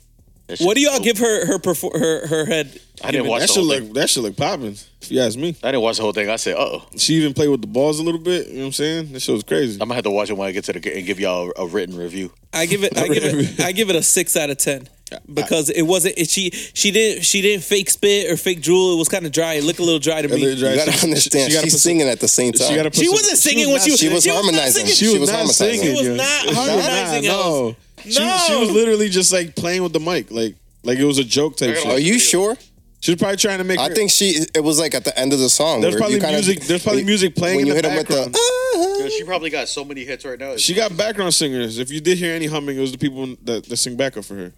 What do y'all give her her perfor- her her head?
I didn't
now.
watch
That
the
should
whole thing.
look that should look popping. If you ask me,
I didn't watch the whole thing. I said, "Uh oh,
she even played with the balls a little bit. You know what I'm saying? That shit was crazy.
I'm gonna have to watch it when I get to the g- and give y'all a written review."
I give it I give it I give it a 6 out of 10 because it wasn't it, she she didn't she didn't fake spit or fake drool it was kind of dry it looked a little dry to
A
me.
little dry.
You
She-
gotta
she-
understand.
she gotta put
she's
some-
singing at the same time.
She, gotta put
She
some-
wasn't singing when she was *laughs*
She was
not
harmonizing.
singing.
She was harmonizing.
singing. She was
yo.
not
She was not,
harmonizing.
No, She, was- she
No.
was literally just like playing with the mic, like like it was a joke type
gotta
shit.
Are you sure?
She was probably trying to make.
I
her-
think she. It was like at the end of the song.
There's
where you
probably
kinda-
music. There's probably
when-
music playing in
when you
the
hit him with
background.
*laughs* the. "Ah."
She probably got so many hits right now.
she got background singers. If you did hear any humming, it was the people that, that sing backup for her.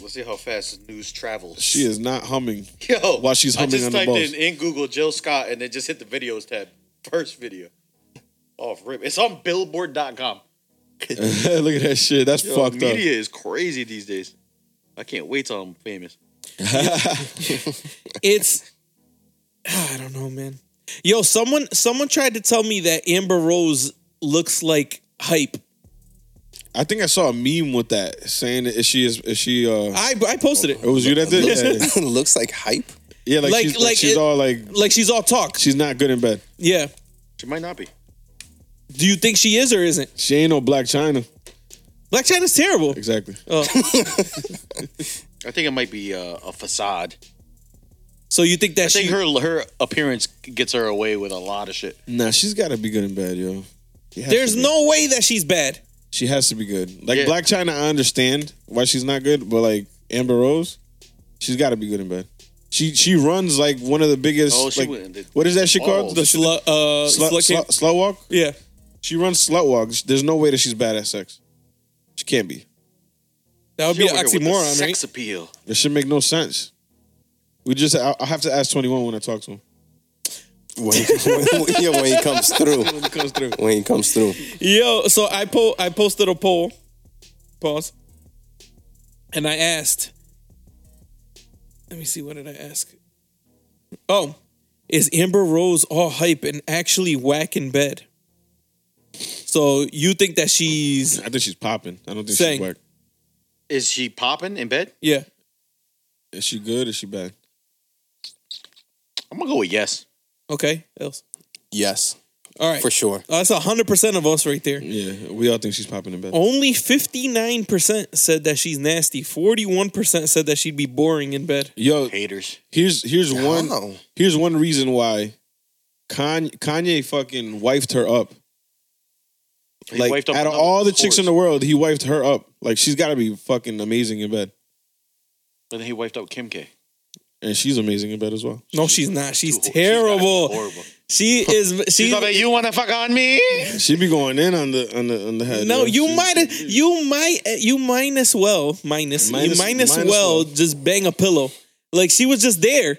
Let's see how fast news travels.
She is not humming. *laughs*
Yo,
While she's
I
humming
just
on the
typed
balls.
in in Google Jill Scott and then just hit the videos tab. First video. Off rip. It's on Billboard.com.
Look at that shit. That's
Yo,
fucked
media is crazy these days. I can't wait till I'm famous.
it's *sighs* I don't know, man. Yo, someone someone tried to tell me that Amber Rose looks like hype.
up. I think I saw a meme with that saying that if she is if she uh
I I posted it.
it was you that did it?
*laughs*
yeah,
Looks, *laughs* looks like hype.
yeah like,
Like-
she's,
like
like she's
it-
all like
Like she's all talk.
she's not good in bed.
Yeah.
She might not be.
Do you think she is or isn't?
She ain't no black China.
Black China's terrible. Uh,
Exactly.
*laughs* I think it might be uh, a facade.
So you think that
I
she
think her her appearance gets her away with a lot of shit.
Nah, she's gotta be good in bed, yo. She has
There's
to be.
no way that she's bad.
she has to be good. Like
Yeah.
Black China, I understand why she's not good, but like Amber Rose, she's gotta be good in bed. She she runs like one of the biggest
Oh, she
like,
wouldn't.
what is that shit
Oh,
called?
The slut uh
slut,
slut
slut,
king-
slut walk?
Yeah.
She runs slut walks. There's no way that she's bad at sex. She can't be.
That would
She
be an
over here with the
oxymoron,
Sex
right?
appeal.
It should make no sense. We just I, I have to ask 21 when I talk to him.
When, *laughs* when, yeah, when he comes through.
Comes through.
When he comes through.
Yo, so I po- I posted a poll. Pause. And I asked Let me see what did I ask? Oh, is Amber Rose all hype and actually whack in bed? So you think that she's
I think she's popping. I don't think
Saying.
she's whack.
Is she popping in bed?
yeah.
Is she good? Is she bad?
I'm gonna go with yes.
Okay. Else.
Yes,
All right.
for sure.
Oh, that's hundred percent of us right there.
Yeah, we all think she's popping in bed.
Only 59% said that she's nasty. 41% said that she'd be boring in bed.
Yo,
Haters.
here's here's
How?
one here's one reason why Kanye, Kanye fucking wifed her up.
He
Like
wiped up
out of
another
all the chicks in the
horse.
world, he wifed her up. Like she's got to be fucking amazing in bed,
and then he wiped up Kim K.
and she's amazing in bed as well.
No, she's not. She's
Dude, she's gotta be
terrible.
horrible.
She is. She.
She's like, you wanna fuck on me?
She be going in on the on the on the head. yo.
No, you
She-
might. You might. You might as well. Minus. you
Minus-
might
minus
as well,
well.
just bang a pillow. Like she was just there.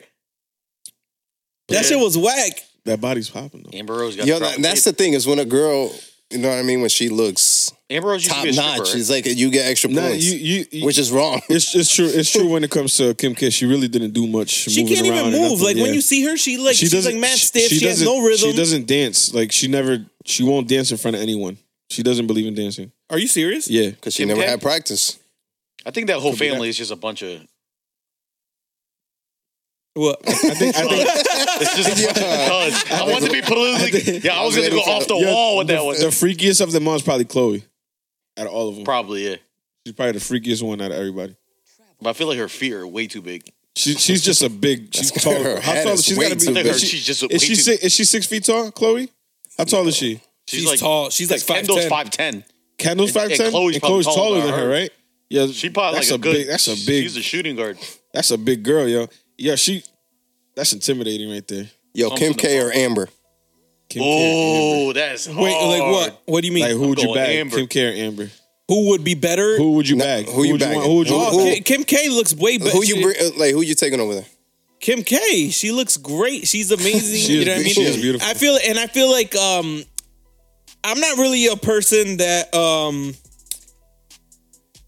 That shit was whack.
that body's popping though.
Amber Rose got
Yo, that, that's the thing is when a girl, you know what I mean, when she looks
Amber Rose used to
top
be a stripper,
notch,
right?
it's like you get extra
Nah,
points,
you, you, you-
which is wrong. *laughs*
it's it's true. It's true when it comes to Kim K. She really didn't do much.
She
moving
can't
around
even
or
move.
nothing,
Like
yeah.
when you see her, she like she's like mad stiff. She, has
doesn't-
no rhythm.
She doesn't dance. Like she never. She won't dance in front of anyone. She doesn't believe in dancing.
Are you serious?
Yeah,
Because she
Kim
never
K?
had practice.
I think that whole
Could be
family
that.
is just a bunch
*laughs*
of.
What?
I think. I
*laughs*
think
It's just a bunch of thugs. I want
*laughs*
to be politically. Yeah, I was gonna go off the
yeah,
wall with
the,
that one.
The freakiest of them all is probably Chloe. Out of all of them,
Probably, yeah.
she's probably the freakiest one out of everybody.
But I feel like her feet are way too big.
She, she's just a big. She's
That's-
tall.
her
How
head
tall?
is
She's
way
gotta
too
be.
I think
big.
her, she's just way
Is she
too.
six, is she six feet tall, Chloe? How tall is she?
she's,
She's
like
tall. She's like
Kendall's
five ten.
five ten.
Kendall's
And-
five
and
ten.
Chloe's
and
probably
Chloe's
taller
taller
than
than her,
her.
right? Yeah,
She probably
that's
like a, good.
big. That's a big.
She's a shooting guard.
that's a big girl, yo. Yeah, she. That's intimidating right there.
Yo, Kim
Something
K or Amber?
Kim Care,
Oh, that's hard.
Wait, like what? What do you mean?
Amber. Like who would you
going
bag?
Amber.
Kim K or Amber?
who would be better?
Who would you
No,
bag?
who you
would want-
bagging?
Who would you?
Who-
want?
oh,
who-
Ki- Kim K looks way better.
Who you bring, uh, like? Who you taking over there?
Kim K. She looks great. She's
*laughs*
amazing.
She
you
is
know what I mean?
beautiful. She is beautiful.
I feel and I feel like um I'm not really a person that um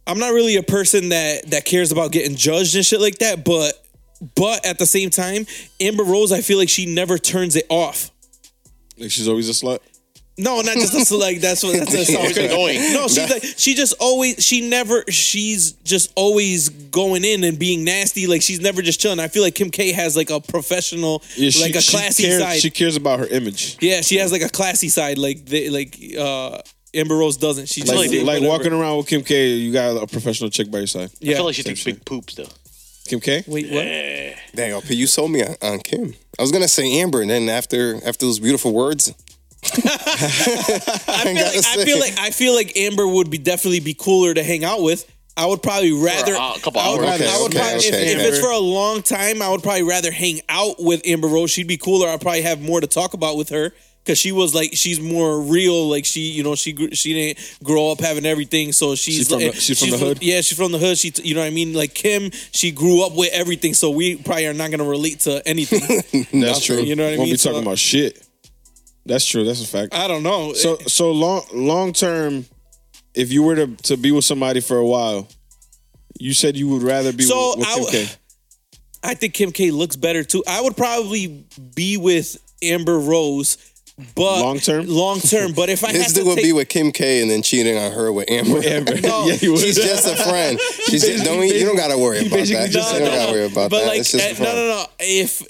I'm not really a person that that cares about getting judged and shit like that, but but at the same time, Amber Rose, I feel like she never turns it off.
Like she's always a slut.
No, not just
*laughs*
that's like that's what that's what it sounds like.
annoying.
No, she's like she just always she never she's just always going in and being nasty. Like she's never just chilling. I feel like Kim K has like a professional,
Yeah, she,
like a
she
classy
cares,
side.
She cares about her image.
yeah, she has like a classy side. Like they, like uh Amber Rose doesn't. She just
Like,
like-
like
whatever.
walking around with Kim K, you got a professional chick by your side.
Yeah.
I feel like she takes
Same
big poops though.
Kim K.
Wait, what?
Dang, LP, you sold me on, on Kim. I was gonna say Amber, and then after after those beautiful words, *laughs*
I feel,
gotta
like, I
say.
feel like I feel like Amber would be definitely be cooler to hang out with. I would probably rather
uh, a couple
I would,
hours.
I would probably,
Okay,
if-
okay,
if,
okay.
it's for a long time, I would probably rather hang out with Amber Rose. She'd be cooler. I'd probably have more to talk about with her because she was like she's more real. Like she, you know, she gr- she didn't grow up having everything, so she's
She's from the-
like-
she's from the hood?
Yeah, she's from the hood. She, t- you know, what I mean, like Kim, she grew up with everything, so we probably are not gonna relate to anything.
*laughs* That's true.
You know what I
Won't
mean?
be
So-
talking about shit. That's true. That's a fact.
I don't know.
So so long long term, if you were to, to be with somebody for a while, you said you would rather be
So,
with, with
I
Kim
w-
K.
I think Kim K looks better too. I would probably be with Amber Rose, but
Long term?
long term. But
*laughs*
if I had
this
to
dude would
take,
be with Kim K, and then cheating on her with Amber. *laughs*
Amber. yeah, you would.
She's just a friend. She's just, don't you don't gotta worry about
basically
that.
just-
you don't gotta worry about
but
that.
like,
it's just
eh,
a
no,
friend.
no, no. If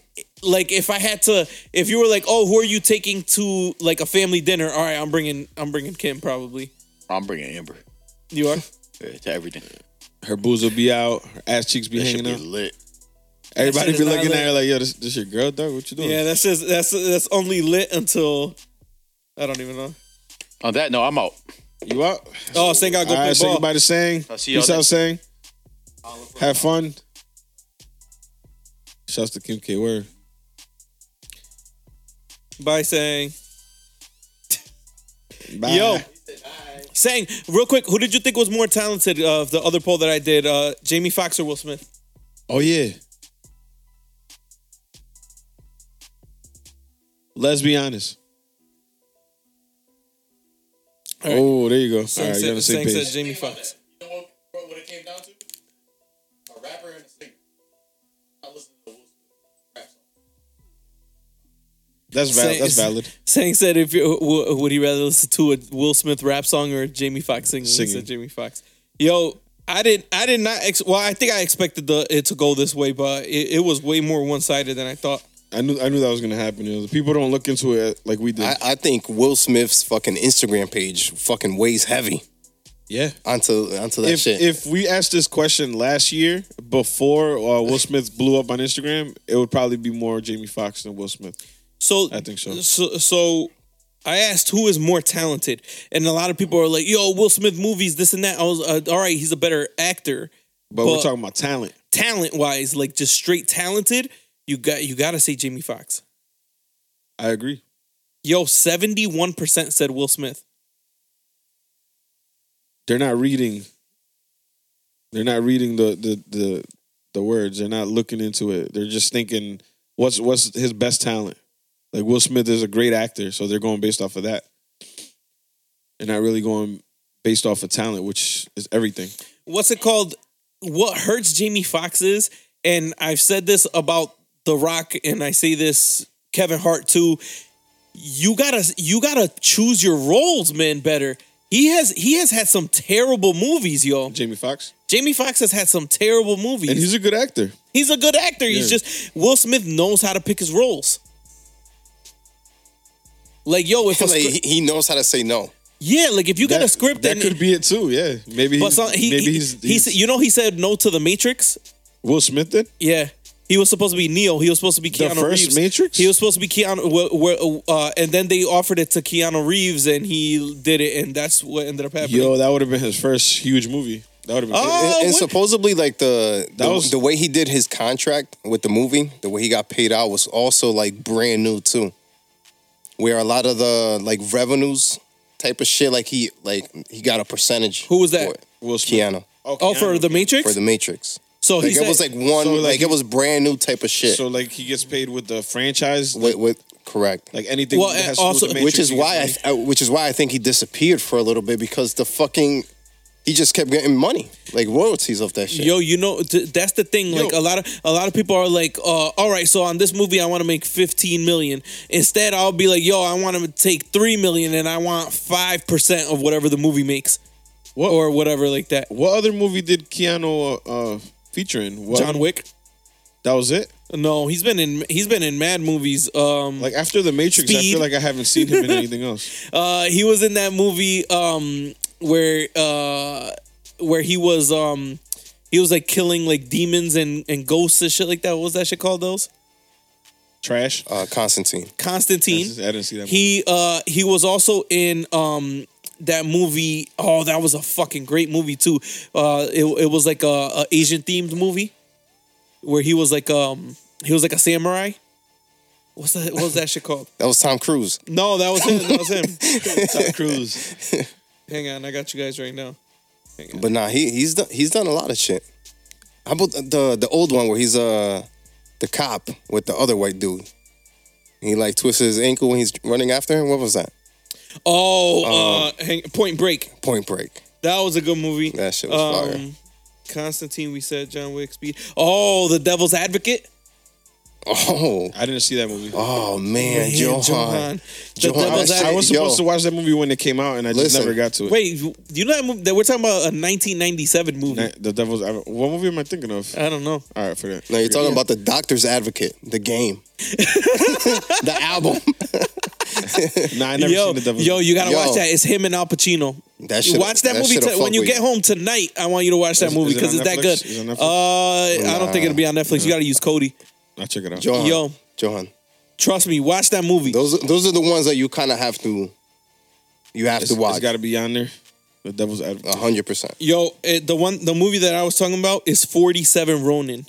like if I had to, if you were like, oh, who are you taking to like a family dinner? All right, I'm bringing, I'm bringing Kim probably.
I'm bringing Amber
You are.
Hmm.
uh, to everything.
her boobs will be out, her ass cheeks be
That should
hanging
be
out.
lit.
Everybody
shit
be
is not
looking
lit.
at her like, yo, this, this your girl, dog. What you doing?
Yeah, that's just that's that's only lit until I don't even know.
On that, no, I'm out.
You out?
Oh, Sang got go
All
play
right, say
ball.
goodbye to Sang.
I'll see y'all
Peace out,
next-
Sang. Have fun. Shouts to Kim K. Word.
Bye, saying.
Bye.
Yo. Saying real quick, who did you think was more talented of the other poll that I did? Uh, Jamie Foxx or Will Smith?
Oh yeah. Let's be honest.
All right.
Oh, there you go. All
Sang
right, you're on the same
said, Sang said
page.
Jamie Foxx.
You know what, what it came down to? A rapper and a singer. I listen to
That's valid. *laughs*
Sang-
That's valid.
Sang said, "If you w- would he rather listen to a Will Smith rap song or a Jamie Foxx singing?" He
Singing.
said Jamie Foxx. Yo, I did. I did not. Ex- well, I think I expected the it to go this way, but it, it was way more one sided than I thought.
I knew. I knew that was gonna happen. You know, the people don't look into it uh, like we did.
I, I think Will Smith's fucking Instagram page fucking weighs heavy
yeah.
onto onto that
If
shit.
if we asked this question last year before uh, *laughs* Will Smith blew up on Instagram, it would probably be more Jamie Foxx than Will Smith.
So
I think so.
So, so I asked who is more talented, and a lot of people are like, "Yo, Will Smith movies, this and that." I was uh, all right. He's a better actor,
But,
But-
we're talking about talent.
talent wise, like just straight talented. You got you got to say Jamie Foxx.
I agree.
Yo, seventy one percent said Will Smith.
They're not reading. They're not reading the the the the words. They're not looking into it. They're just thinking, what's what's his best talent? Like Will Smith is a great actor, so they're going based off of that. They're not really going based off of talent, which is everything.
What's it called? What hurts Jamie Foxx is, and I've said this about The Rock, and I say this Kevin Hart too. you gotta you gotta choose your roles, man, better. He has he has had some terrible movies, yo.
Jamie Foxx,
Jamie Foxx has had some terrible movies.
and
He's,
he's a good actor.
a good actor. He's
Yeah.
just Will Smith knows how to pick his roles. Like yo, if a
like,
scr-
he, he knows how to say no.
yeah, like if you got
that,
a script
that
and
could be it too. Yeah, maybe.
but
He's,
some, he,
maybe
he,
he's,
he
he's,
said- you know he said no to the Matrix.
Will Smith. Did
Yeah, He was supposed to be Neo. He was supposed to be Keanu
first
Reeves.
Matrix?
He was supposed to be Keanu. wh- wh- Uh, and then they offered it to Keanu Reeves, and he did it, and that's what ended up happening.
Yo, that would have been his first huge movie. That would have been.
Oh,
and, and
what-
supposedly like the the,
That was-
the way he did his contract with the movie, the way he got paid out was also like brand new too. Where a lot of the like revenues type of shit, like he like he got a percentage.
Who was that?
for it.
Will Smith.
Keanu
oh, for the Matrix.
for the Matrix.
so
Like
he
it was like one,
so, like,
like,
he-
it was brand new type of shit.
So like he gets paid with the franchise,
with, with correct.
like anything.
Well,
that
and
has to do with
also-
the
Matrix,
which is
he gets
why
money.
I, I- which is why I think he disappeared for a little bit because the fucking he just kept getting money like royalties off that shit.
Yo, you know th- that's the thing. Like
Yo.
a lot of a lot of people are like, uh, all right, so on this movie I want to make fifteen million. Instead, I'll be like, yo, I want to take three million, and I want five percent of whatever the movie makes, or whatever like that.
What other movie did Keanu uh, uh, feature in? What
John Wick.
That was it.
No, he's been in he's been in mad movies. Um,
Like after the Matrix, I
Speed.
feel like I haven't seen him in anything else.
uh, he was in that movie um where uh where he was um he was like killing like demons and and ghosts and shit like that. What was that shit called? Those
Trash.
Uh, Constantine.
I
Constantine.
just- I didn't see that. movie.
He uh he was also in um that movie. Oh, that was a fucking great movie too. Uh, it it was like a, a Asian themed movie where he was like um he was like a samurai. What's that? What was that shit called?
That was Tom Cruise.
No, that was him. That was him.
Tom Cruise.
*laughs* Hang on, I got you guys right now.
But nah, he he's done he's done a lot of shit. How about the the old one where he's uh the cop with the other white dude? He like twists his ankle when he's running after him. What was that?
Oh, uh, hang, Point Break.
Point Break. *laughs*
That was a good movie. Um,
That shit was fire.
Constantine, we said John Wick, Speed. Oh, The Devil's Advocate.
Oh,
*laughs* I didn't see that movie.
oh man,
Man,
Johan.
Johan. The
Johan,
I was,
Devil's
that
I was
shit- yo,
supposed to watch that movie when it came out, and I just
Listen.
never got to it.
Wait, do you know that movie? that We're talking about a 1997 movie.
Na- The Devil's. Advocate. What movie am I thinking of?
I don't know.
All right, for that.
No, you're talking about the Doctor's Advocate,
*laughs*
the game, the album.
*laughs* Nah, I never
yo,
seen the Devil's.
yo, you gotta
Yo.
watch that. It's him and Al Pacino.
That shit-
watch that,
that
movie
shit'll
t-
fuck
when you
with
get
you.
home tonight. I want you to watch that
Is-
movie
is it
because
on
it's that
Netflix?
good.
Is it on
uh, I don't
Nah.
think it'll be on Netflix. You gotta use Cody.
I'll check it out.
Johan.
Yo.
Johan.
Trust me, watch that movie.
Those those are the ones that you kind of have to you have
It's-
to
It's
watch.
got to be on there. The Devil's Advocate.
hundred percent.
Yo, it, the one, the movie that I was talking about is 47 Ronin.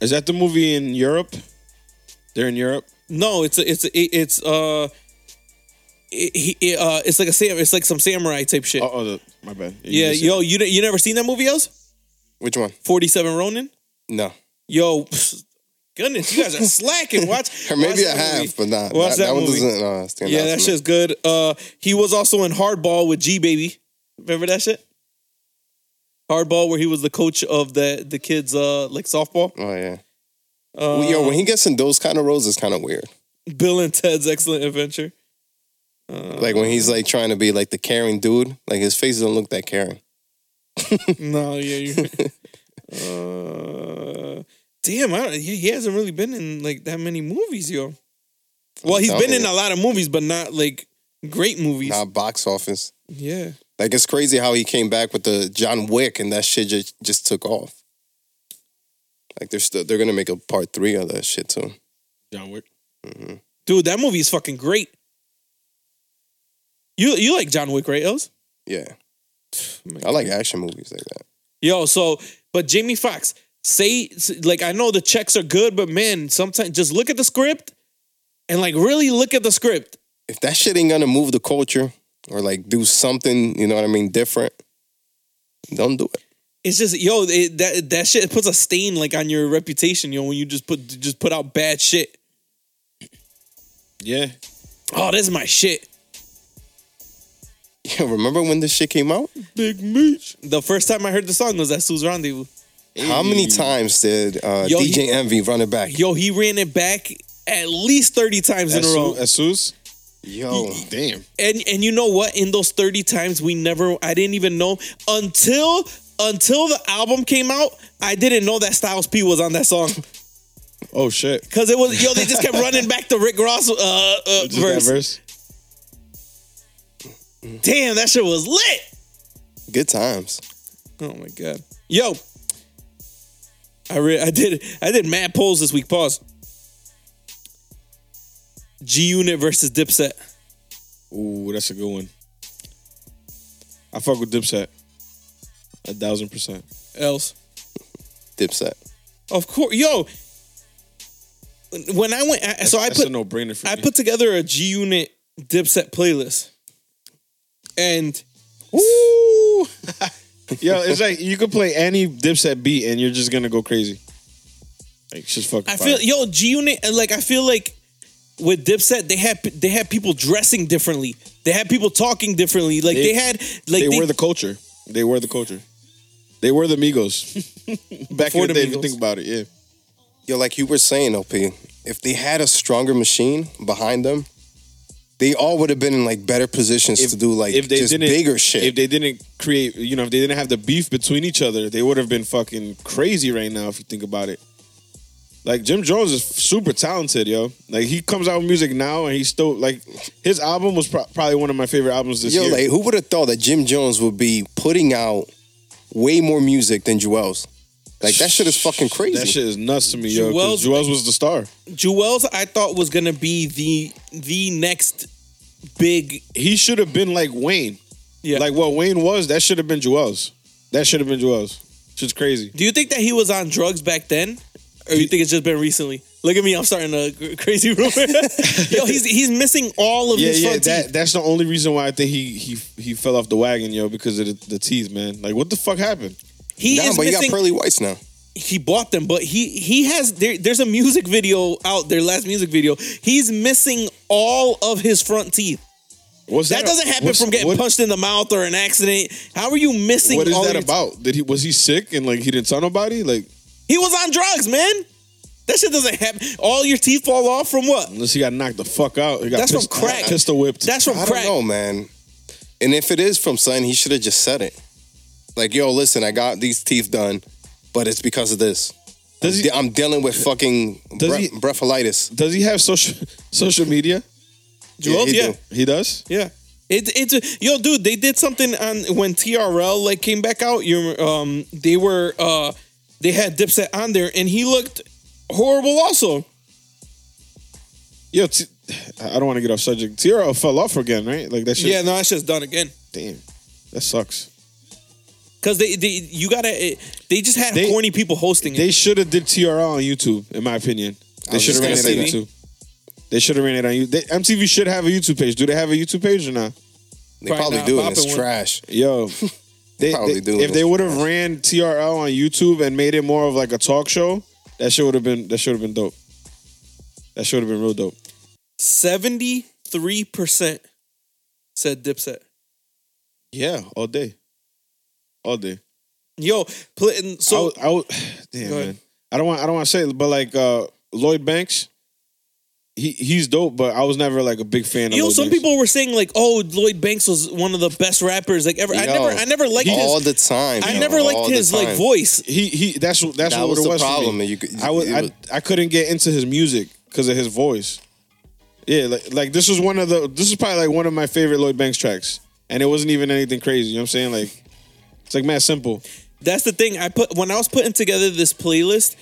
Is that the movie in Europe? They're in Europe.
No, it's a, it's a, it- it's uh, it, he- it, uh, it's like a sam, it's like some samurai type shit.
Oh, oh the, my bad.
yeah,
just-
yo, you ne- you never seen that movie else?
Which one?
47 Ronin.
No.
Yo, *laughs* goodness, you guys are slacking. Watch
*laughs* Or maybe
watch
I
that
have,
movie.
but not.
Watch
that, that one
movie.
doesn't uh, stand
Yeah,
out.
that
to me.
shit's good. Uh, he was also in Hardball with G Baby. Remember that shit? Hardball, where he was the coach of the the kids, uh, like softball.
Oh yeah.
Uh,
Well, Yo, when he gets in those kind of roles, it's kind of weird.
Bill and Ted's Excellent Adventure. Uh,
*laughs* Like when he's like trying to be like the caring dude, like his face don't look that caring.
no, yeah, you. uh, damn, I don't, he, he hasn't really been in like that many movies, yo. Well, he's been in a lot of movies, but not like great movies.
Not box office.
Yeah.
Like it's crazy how he came back with the John Wick, and that shit just just took off. Like they're still they're gonna make a part three of that shit too.
John Wick.
Dude, that movie is fucking great. You you like John Wick, right, Els?
Yeah, I like action movies like that.
Yo, so but Jamie Foxx, say like I know the checks are good, but man, sometimes just look at the script and like really look at the script.
If that shit ain't gonna move the culture or like do something, you know what I mean, different, don't do it.
It's just yo, it, that that shit puts a stain like on your reputation, yo, when you just put just put out bad shit.
Yeah.
Oh, this is my shit.
Yeah, remember when this shit came out?
Big Meech. The first time I heard the song was at Sue's Rendezvous.
How many
Mm.
times did uh,
Yo,
DJ
he-
Envy run it back?
Yo, he ran it back at least 30 times in a row.
Asus.
Yo,
Damn.
and and you know what in those 30 times we never i didn't even know until until the album came out i didn't know that styles p was on that song
Oh shit.
because it was yo
*laughs*
they just kept running back the rick ross uh, uh
Just that
verse.
verse.
damn that shit was lit
good times.
oh my god yo I re- I did I did mad polls this week. Pause. G Unit versus Dipset.
Ooh, that's a good one. I fuck with Dipset. A thousand percent.
Else,
Dipset.
of course, yo. When I went, I, so I
that's
put
a no brainer for
I
me.
put together a G Unit Dipset playlist, and
Ooh. *laughs* Yo, it's like you could play any Dipset beat and you're just gonna go crazy. Like it's just fucking.
I feel
fire.
yo G Unit like I feel like with Dipset they had they had people dressing differently, they had people talking differently, like they,
They-
had
they,
like
were the culture. They were the culture. They were the
*laughs*
Migos. Back
Before
in
the
the day, if you
Migos.
think about it, yeah.
Yo, like you were saying, OP, if they had a stronger machine behind them, they all would have been in like better positions to do like just bigger shit.
If they didn't create, you know, if they didn't have the beef between each other, they would have been fucking crazy right now. If you think about it, like Jim Jones is super talented, yo. Like he comes out with music now, and he's still like his album was pro- probably one of my favorite albums this
Yo,
year.
like who would have thought that Jim Jones would be putting out way more music than Joel's? Like that shit is fucking crazy.
that shit is nuts to me, yo. Because
Jewel's-
Jewels was the star.
Jewels I thought was gonna be the the next big
He should have been like Wayne.
yeah.
Like
Like,
what Wayne was, that should have been Jewels. That should have been Jewels. Shit's crazy.
do you think that he was on drugs back then, or you think it's just been recently? Look at me, I'm starting a cr- crazy rumor. *laughs* yo, he's he's missing all of
Yeah,
his
yeah,
front
that,
teeth.
that's the only reason why I think he he he fell off the wagon, yo, because of the, the teeth, man. Like, what the fuck happened?
He
Nah,
is
but you got
missing.
pearly whites now.
he bought them, but he he has there, there's a music video out their last music video. He's missing all of his front teeth.
What's
That doesn't happen
what's-
from getting
what-
punched in the mouth or an accident. How are you missing?
What is
all
that
your-
about? Did he was he sick and like he didn't tell nobody? Like,
He was on drugs, man. That shit doesn't happen. All your teeth fall off from what?
unless he got knocked the fuck out, he got
That's from
pist-
crack.
pistol whipped.
That's from
I
crack.
don't know, man. And if it is from son, he should have just said it. Like, yo, listen, I got these teeth done, but it's because of this.
Does he-
I'm de- I'm dealing with fucking
Does
bre-
he-
breathalytis.
Does he have social social media?
Jewels,
he
yeah.
do.
He does.
Yeah. It, it's a, yo, dude. They did something on when TRL like came back out. You um, they were uh, they had Dipset on there, and he looked horrible. Also,
Yo, t- I don't want to get off subject. TRL fell off again, right? Like that shit.
yeah, no, that shit's done again.
Damn, that sucks.
Cause they, they you gotta, it, they just had
They-
corny people hosting it.
They should have did TRL on YouTube, in my opinion. They
was
should have
just
ran it
gonna
on
say
YouTube. They should have ran it on you. They, MTV should have a YouTube page. Do they have a YouTube page or not?
They
Right
probably
now,
do, and
Boppin'
it's
one.
trash.
*laughs* Yo, they,
Probably
they-
do.
If they would have ran TRL on YouTube and made it more of like a talk show, that shit would have been that should have been dope. That should have been real dope.
Seventy three percent said Dipset.
Yeah, all day, all day.
Yo, pl- and
So I,
so
would- I would- *sighs* damn
Go ahead.
man, I don't want I don't want to say it, but like uh, Lloyd Banks, he he's dope, but I was never like a big fan. of
yo,
Lloyd
some
Banks.
people were saying like, oh, Lloyd Banks was one of the best rappers like ever. I
Yo,
never, I never liked
all
his,
the time.
I
yo,
never
all
liked
the
his like
time.
voice.
he he that's what that's
That
what
was
it
the
was for me.
problem, and you could-
I was,
it
I,
was-
I couldn't get into his music because of his voice. Yeah, like like this was one of the this is probably like one of my favorite Lloyd Banks tracks, and it wasn't even anything crazy. You know what I'm saying? Like it's like mad simple.
That's the thing. I put when I was putting together this playlist.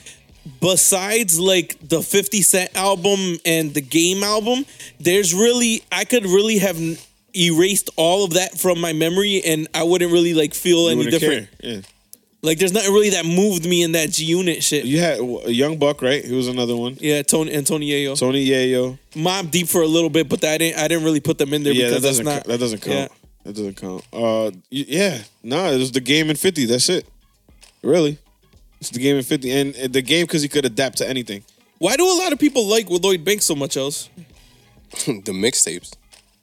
Besides like the 50 Cent album and the Game album, there's really I could really have n- erased all of that from my memory, and I wouldn't really like feel
You
any
wouldn't
different.
care. Yeah,
Like there's nothing really that moved me in that G Unit shit.
you had a Young Buck, right? He was another one.
Yeah, Tony and Tony Yayo.
Tony Yayo.
Mob Deep for a little bit, but I didn't I didn't really put them in there
Yeah, that
because that's
doesn't
not
co- that doesn't count.
yeah.
That doesn't count. Uh, y- yeah, no, it was the game in 50. That's it. Really, it's the game in 50, and and the game because he could adapt to anything.
Why do a lot of people like Lloyd Banks so much else?
*laughs* the mixtapes.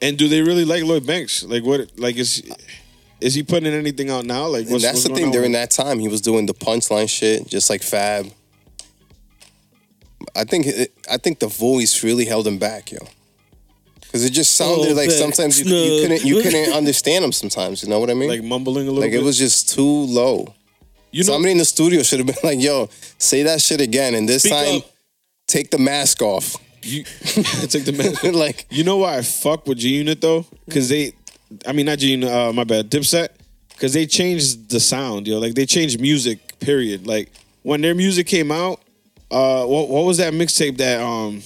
And do they really like Lloyd Banks? Like what? Like is is he putting anything out now? Like
And
what's,
that's
what's
the
going
thing.
on?
During that time, he was doing the punchline shit, just like Fab. I think it, I think the voice really held him back, yo. Because it just sounded
Oh,
like
back
sometimes you, you
snug.
couldn't you couldn't understand him. Sometimes you know what I mean.
like
Like,
mumbling a little bit.
it was just too low.
you know,
Somebody in the studio should have been *laughs* like, "Yo, say that shit again," and this
Speak
time,
up.
take the mask off. *laughs*
you *laughs* take the man.
like,
You know why I fuck with G Unit though? Because they, I mean not G Unit. Uh, my bad, Dipset. Because they changed the sound, yo. Like they changed music. Period. Like when their music came out, uh, what what was that mixtape that um,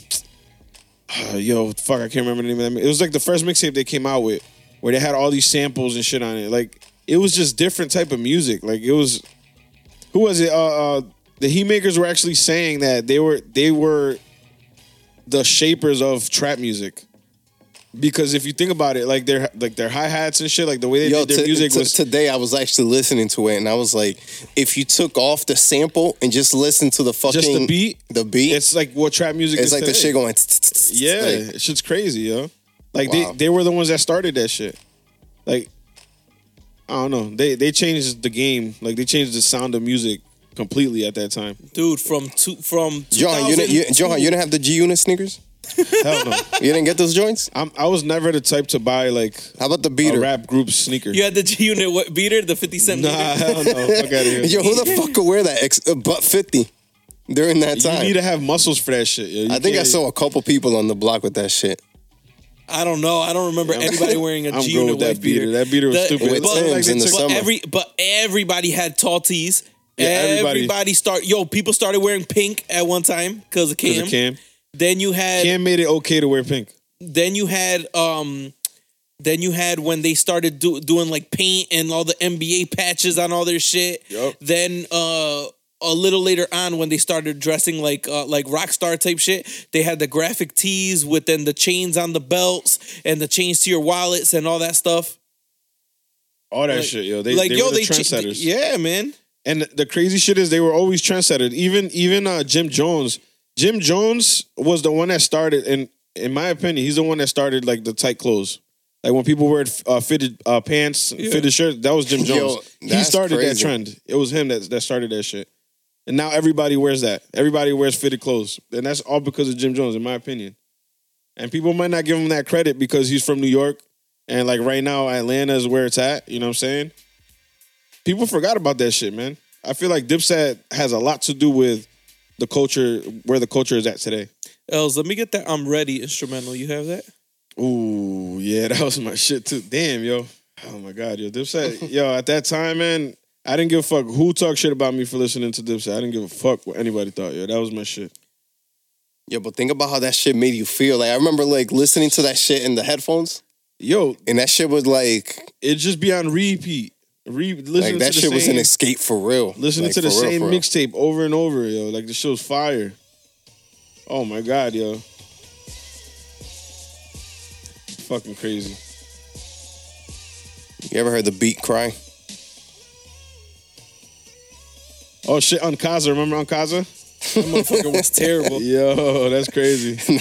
*sighs* uh, yo fuck I can't remember the name of that. mi- It was like the first mixtape they came out with, where they had all these samples and shit on it. Like it was just different type of music. Like it was, who was it? Uh, uh the He Makers were actually saying that they were they were the shapers of trap music. Because if you think about it, like their like their hi hats and shit, like the way they
Yo,
did their
to-
music
to-
was
today I was actually listening to it and I was like, if you took off the sample and just listen to the
the
fucking
beat?
the beat, it's,
It's like what trap music is
like the
today.
shit going.
Yeah,
like,
shit's crazy, yo. Like
Wow.
they, they were the ones that started that shit. Like I don't know. They they changed the game. Like they changed the sound of music completely at that
*laughs*
time.
dude. From two, from
Johan, you didn't, you,
2002
Johan, you didn't have the G Unit sneakers.
Hell no.
You didn't get those joints.
I'm, I was never the type to buy like
How about the
a
beater?
rap group sneaker.
You had the G Unit what, beater, the fifty
*laughs*
cent.
Nah,
beater?
hell no. Fuck out here.
*laughs* Yo, who the fuck could wear that ex- uh, butt fifty during that
you
time?
need to have muscles for that shit. Yo. You
I think I
can't-
saw a couple people on the block with that shit.
I don't know. I don't
*laughs*
remember anybody wearing a
I'm
G
good
Unit
with that
white beater.
beater. That beater was stupid.
With
But,
Tim's
Like, they
in the
took-
but
summer.
every but everybody had tall tees.
Yeah,
everybody.
everybody.
start yo. People started wearing pink at one time because of Cam.
Cam. Cam.
Then you had
Cam made it okay to wear pink.
then you had um then you had when they started do, doing like paint and all the NBA patches on all their shit.
Yup.
Then uh a little later on when they started dressing like uh, like rock star type shit, they had the graphic tees with then the chains on the belts and the chains to your wallets and all that stuff.
All that
Like-
shit, yo. They,
like
they
yo,
were the
they cha-
trendsetters.
yeah, man.
And the crazy shit is they were always trendsetters. Even even uh, Jim Jones. Jim Jones was the one that started, and in my opinion, he's the one that started like the tight clothes. Like when people wear uh, fitted uh, pants, fitted shirts, that was Jim
Yo,
Jones. he
that's
started that
crazy.
trend. It was him that that started that shit. And now everybody wears that. Everybody wears fitted clothes, and that's all because of Jim Jones, in my opinion. And people might not give him that credit because he's from New York, and like right now, Atlanta is where it's at. You know what I'm saying? people forgot about that shit, man. I feel like Dipset has a lot to do with the culture, where the culture is at today.
Els, let me get that I'm ready instrumental. You have that?
Ooh, yeah, *laughs* that was my shit too. Damn, yo. Oh my god, yo,
*laughs*
Dipset, yo. At that time, man, I didn't give a fuck who talked shit about me for listening to Dipset. I didn't give a fuck what anybody thought, yo. That was my shit.
Yeah, but think about how that shit made you feel. Like I remember like listening to that shit in the headphones,
Yo,
and that shit was like
it just be on repeat. Re- listening
like
to the
that shit
same,
was an escape for real.
listening
Like,
to the
for real,
same
for real.
mixtape over and over, yo. Like the show's fire. Oh my god, yo. Fucking crazy.
You ever heard the beat cry?
Oh shit, Unkaza. Remember Unkaza?
That motherfucker
*laughs*
was terrible.
Yo, that's crazy.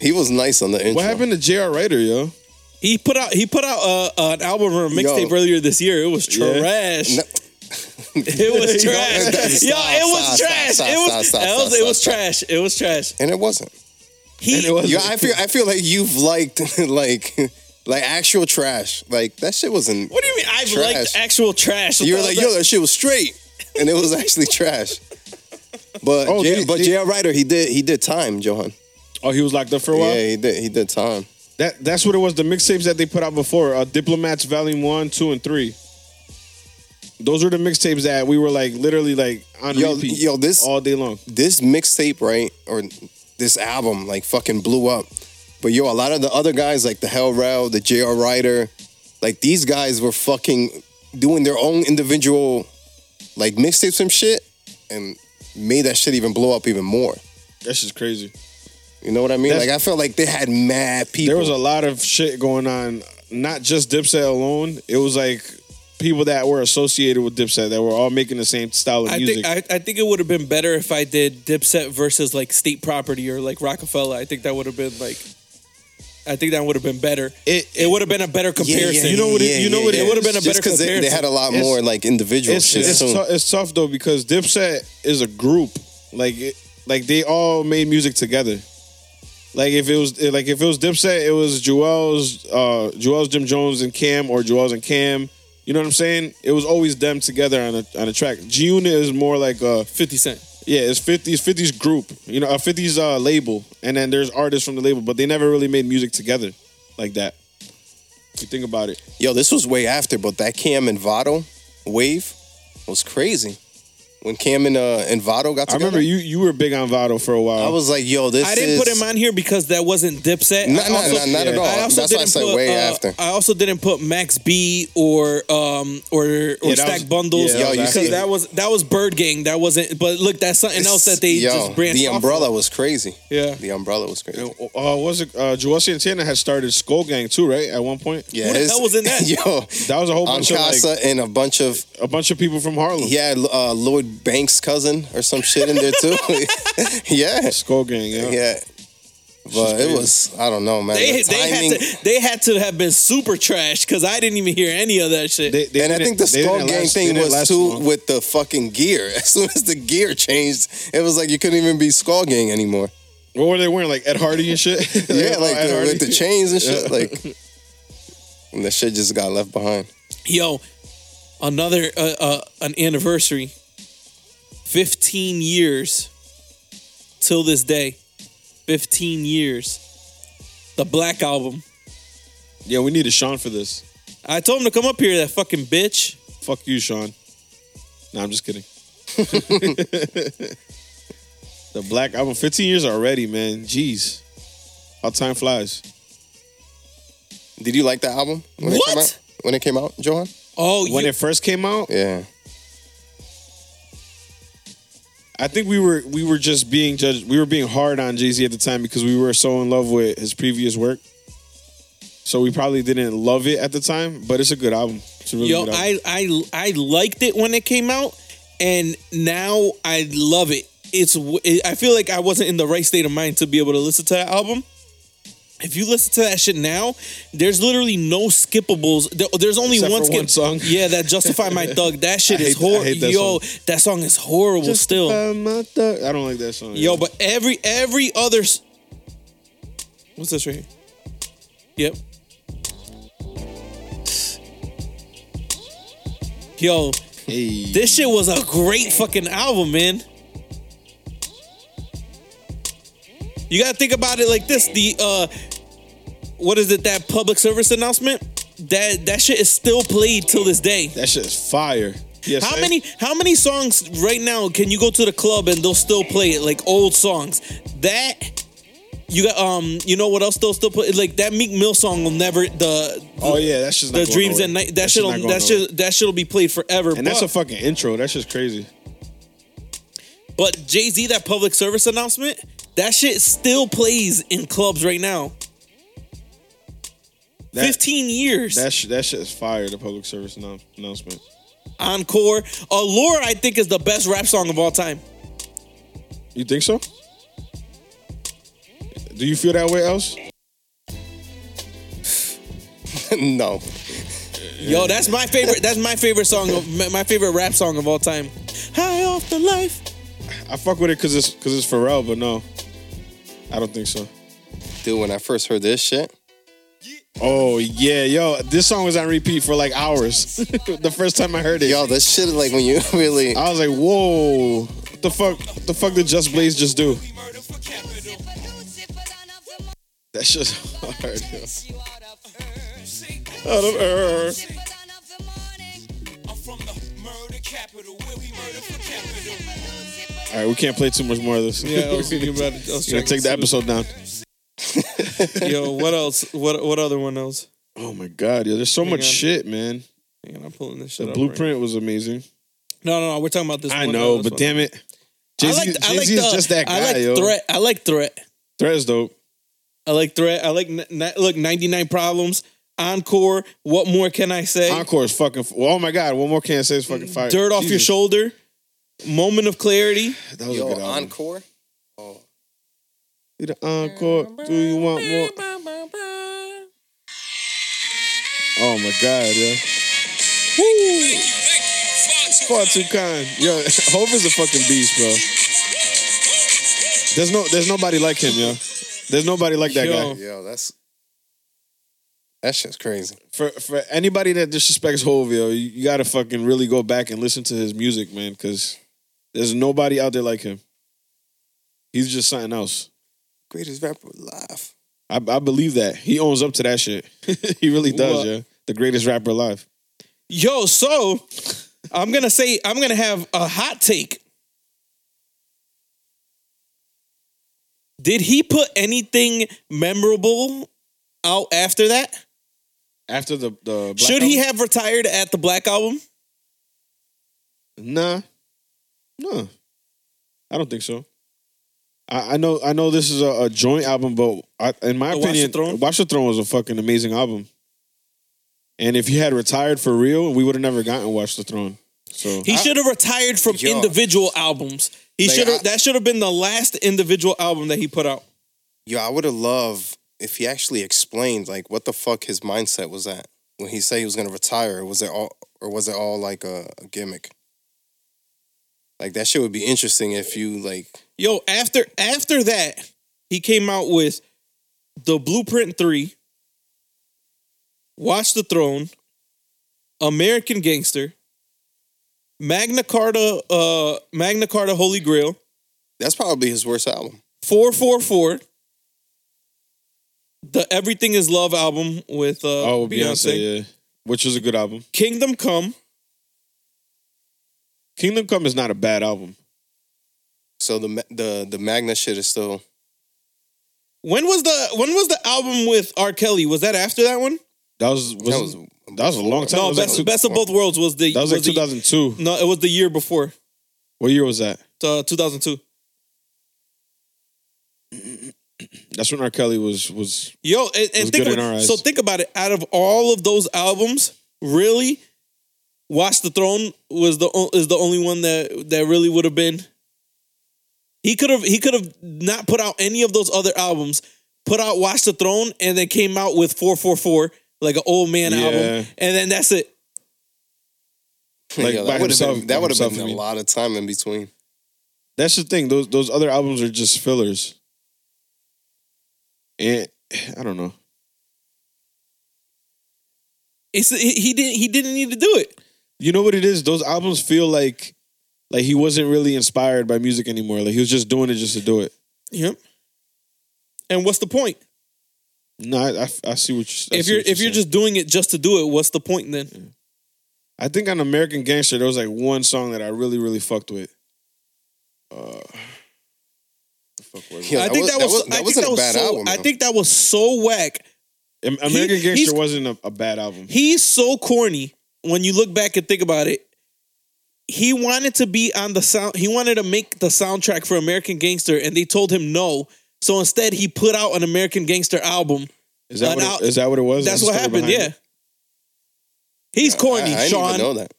He was nice on the intro.
what happened to J.R. Ryder, yo?
He put out he put out uh, an album or a mixtape
Yo.
earlier this year. It was
Yeah.
trash.
No.
It
*laughs*
was trash. Yo,
Stop,
it was
stop,
trash.
stop,
It was
stop, stop,
that was-
stop,
it was
stop,
trash. It was trash.
And it wasn't.
And it
He
was
Yo, I feel I feel like you've liked *laughs* like like actual trash. Like that shit wasn't.
What do you mean I've
Trash.
liked actual trash?
You were like, yo, that shit was straight, and it was actually trash. But
Oh,
J-
they-
but
they-
JL Ryder, he did he did time, Johan.
Oh, he was locked up for a while.
Yeah, he did he did time.
That that's what it was. The mixtapes that they put out before, uh, Diplomats Volume One, Two, and Three. Those were the mixtapes that we were like literally like on
Yo,
repeat
yo, this
all day long.
this mixtape, right, or this album, like fucking blew up. But yo, a lot of the other guys, like the Hell Rel, the JR Ryder, like these guys were fucking doing their own individual like mixtapes and shit and made that shit even blow up even more.
That's just crazy.
You know what I mean?
That's-
like I felt like they had mad people.
There was a lot of shit going on, not just Dipset alone. It was like people that were associated with Dipset that were all making the same style of
I
music.
think I, I think it would have been better if I did Dipset versus like State Property or like Rockefeller. I think that would have been like I think that would have been better. It
It-
would have been a better comparison.
You know what it- you know what it-
yeah.
it would've
been a
Just
better
'cause they, they
comparison.
had a lot
It's-
more like individual
it's,
shit.
it's,
so-
tou- it's tough though because Dipset is a group. Like it, like they all made music together. Like if it was like if it was Dipset, it was Joel's uh Joel's Jim Jones and Cam or Joel's and Cam. You know what I'm saying? It was always them together on a on a track. G Unit is more like uh
Fifty Cent.
yeah, it's 50s 50s group. You know, a 50s uh label and then there's artists from the label, but they never really made music together like that. If you think about it.
Yo, this was way after, but that Cam and Votto wave was crazy. when Cam and uh and Votto got
I
together.
remember you you were big on Vado for a while.
I was like, yo, this.
I didn't put
is-
him on here because that wasn't Dipset.
No,
I
no, no, not at all.
I also
That's why I
didn't
said
put,
way
uh,
after.
I also didn't put Max B or um or or
was-
Stack Bundles
yeah, that
was
because
after.
that was that was Bird Gang. That wasn't. But look, that's something else that they
Yo,
just branched
The
off
umbrella was crazy.
Yeah.
the umbrella was crazy.
uh, what was it? Uh, Joel Santana had started Skull Gang too, right? At one point,
Yeah,
Who the
his-
hell was in that?
*laughs* Yo,
that was a whole bunch of
Ankasa
like
and a bunch of
a bunch of people from Harlem.
yeah, uh, Lloyd Banks' cousin or some shit in there too. *laughs* yeah,
Skull Gang. Yeah.
yeah. But it
crazy.
was I don't know, man.
They,
The
they had
timing-
to they had to have been super trash because I didn't even hear any of that shit.
They- they
and I
didn't-
think the
they
skull
didn't
gang
last- they
thing
didn't
was
last
too
long.
with the fucking gear. *laughs* As soon as the gear changed, it was like you couldn't even be skull gang anymore.
What were they wearing? Like Ed Hardy and shit. *laughs*
*laughs* Yeah, like
Ed
the,
Hardy. *laughs*
with the chains and shit. Like, and the shit just got left behind.
Yo, another uh, uh, an anniversary. Fifteen years till this day. Fifteen years. The Black Album.
Yeah, we needed Sean for this.
I told him to come up here, that fucking bitch.
Fuck you, Sean. No, I'm just kidding. *laughs* the Black Album, 15 years already, man. Jeez, how time flies.
Did you like that album when it came
What?
out? When it came out, Johan?
Oh,
When
you,
it first came out,
Yeah. *laughs*
I think we were we were just being judged. We were being hard on Jay Z at the time because we were so in love with his previous work. So we probably didn't love it at the time, but it's a good album. It's a really
yo,
good album.
I, I I liked it when it came out, and now I love it. It's w- it- I feel like I wasn't in the right state of mind to be able to listen to that album. If you listen to that shit now, there's literally no skippables. There- There's only
Except
one
for
skip
one song.
Yeah, that "Justify My Thug." That shit
*laughs* I
is
hate- I
horrible.
hate that
Yo, that song is horrible still.
Justify my thug- I don't like that song.
Yo, but every every other. s- What's this right here? Yep. Yo,
Hey.
this shit was a great fucking album, man. You gotta think about it like this: the uh, what is it? That public service announcement. That that shit is still played till this day.
that shit is fire. Yes,
How
eh?
many how many songs right now can you go to the club and they'll still play it like old songs? That you got um you know what else they'll still put like that Meek Mill song will never the
Oh yeah, that's just
the
not going
dreams
nowhere.
at night that shit'll
not going
that
nowhere.
shit that shit'll be played forever.
and
but,
that's a fucking intro. That's just crazy.
but Jay Z that public service announcement that shit still plays in clubs right now.
That,
Fifteen years
That sh- that shit is fire. The public service annou- announcement.
encore. Allure I think is the best rap song of all time.
You think so? Do you feel that way, else?
no.
Yo, that's my favorite. That's my favorite song. Of, my- my favorite rap song of all time. High off the life.
I fuck with it because it's because it's Pharrell, but no, I don't think so.
Dude, when I first heard this shit,
Oh yeah, yo, this song was on repeat for like hours. *laughs* the first time I heard it,
yo, this shit, like when you *laughs* really.
I was like, whoa, what the fuck, what the fuck did Just Blaze just do? That shit's *laughs* hard. Yo. Out of earth. All right, we can't play too much more of this.
Yeah,
*laughs*
I was thinking about it. I was
We're gonna take the episode down.
Yo, what else? What what other one else?
Oh my god, yo, there's so much
on.
shit, man.
Hang on, I'm pulling this shit.
The
up right
blueprint was amazing.
now. No, no, no. We're talking about this.
I
one,
know,
not this
but
one.
damn it,
I
Jay Z
like I like
is
the,
just that guy,
I like
yo.
threat. I like threat.
Threat is dope.
I like threat. I like n- n- look. Ninety nine problems. Encore. What more can I say?
Encore is fucking. f- Oh my god, one more can't say it's fucking fire.
Mm-hmm. Dirt off your
Jesus,
shoulder. Moment of clarity.
That was a
Yo,
good album.
encore. Oh,
Do the encore. Do you want more? Oh my god, yo. Far too kind. Yo, *laughs* Hove is a fucking beast, bro. There's no there's nobody like him, yo. There's nobody like that
Yo.
guy.
yo, that's that shit's crazy.
For for anybody that disrespects Hove, yo, you, you gotta fucking really go back and listen to his music, man, because there's nobody out there like him. He's just something else.
Greatest rapper alive.
I, I believe that. He owns up to that shit. *laughs* he really does,
Well-
yeah. The greatest rapper alive.
Yo, so I'm gonna say I'm gonna have a hot take. Did he put anything memorable out after that?
After the the Black
Should he
Album?
have retired at the Black Album?
Nah, nah. I don't think so. I, I know I know this is a, a joint album, but I, in my
The Watch the
opinion,
Throne?
Watch the Throne was a fucking amazing album. And if he had retired for real, we would have never gotten Watch the Throne. So
He should have retired from
Yo.
individual albums. He
Like,
should
I-
have that should have been the last individual album that he put out.
Yo, I would have loved if he actually explained like what the fuck his mindset was at when he said he was gonna retire. Was it all or was it all like a, a gimmick? Like that shit would be interesting if you like.
Yo, after after that, he came out with the Blueprint Three, Watch the Throne, American Gangster, Magna Carta, uh, Magna Carta Holy Grail,
That's probably his worst album.
Four Four Four, the Everything Is Love album with uh,
oh
Beyonce,
Beyonce, yeah, which was a good album.
Kingdom Come.
Kingdom Come is not a bad album.
So the ma- the the Magna shit is still. *laughs*
When was the when was the album with R. Kelly? Was that after that one?
That was, was
That was
that was a long time.
No,
that was
best,
like, two-
best of both worlds was the
that was like
the-
2002.
no, it was the year before.
What year was that?
uh, 2002.
That's when R. Kelly was was
Yo, and, and
was
think
good
about-
in our eyes.
so think about it. Out of all of those albums, really, Watch the Throne was the o- is the only one that that really would have been. He could have he could have not put out any of those other albums. Put out Watch the Throne and then came out with 444 like an old man
Yeah.
album, and then that's it.
Like,
Yo,
by
that would have
himself-
been,
by
that would've
himself,
been
I
a
mean.
lot of time in between.
That's the thing. Those those other albums are just fillers. And I don't know.
It's he, he didn't he didn't need to do it.
You know what it is? Those albums feel like like he wasn't really inspired by music anymore. Like he was just doing it just to do it.
Yep. And what's the point?
No, I, I, I see what you. I
if
see
you're
what
if
saying.
you're just doing it just to do it, what's the point then?
I think on American Gangster there was like one song that I really really fucked with. Uh, the fuck was it?
Yeah,
I think that was,
was-
I think
wasn't
that
a
was
bad
so,
album.
I
though.
think that was so whack.
Am- American
He- he's-
Gangster wasn't a, a bad album.
He's so corny when you look back and think about it. He wanted to be on the sound. He wanted to make the soundtrack for American Gangster, and they told him no. So instead, he put out an American Gangster album.
Is that
an
what
al-
it, is that what it was?
That's
the
what
story
happened.
behind
Yeah.
it?
He's corny,
I, I didn't even know
Sean.
that.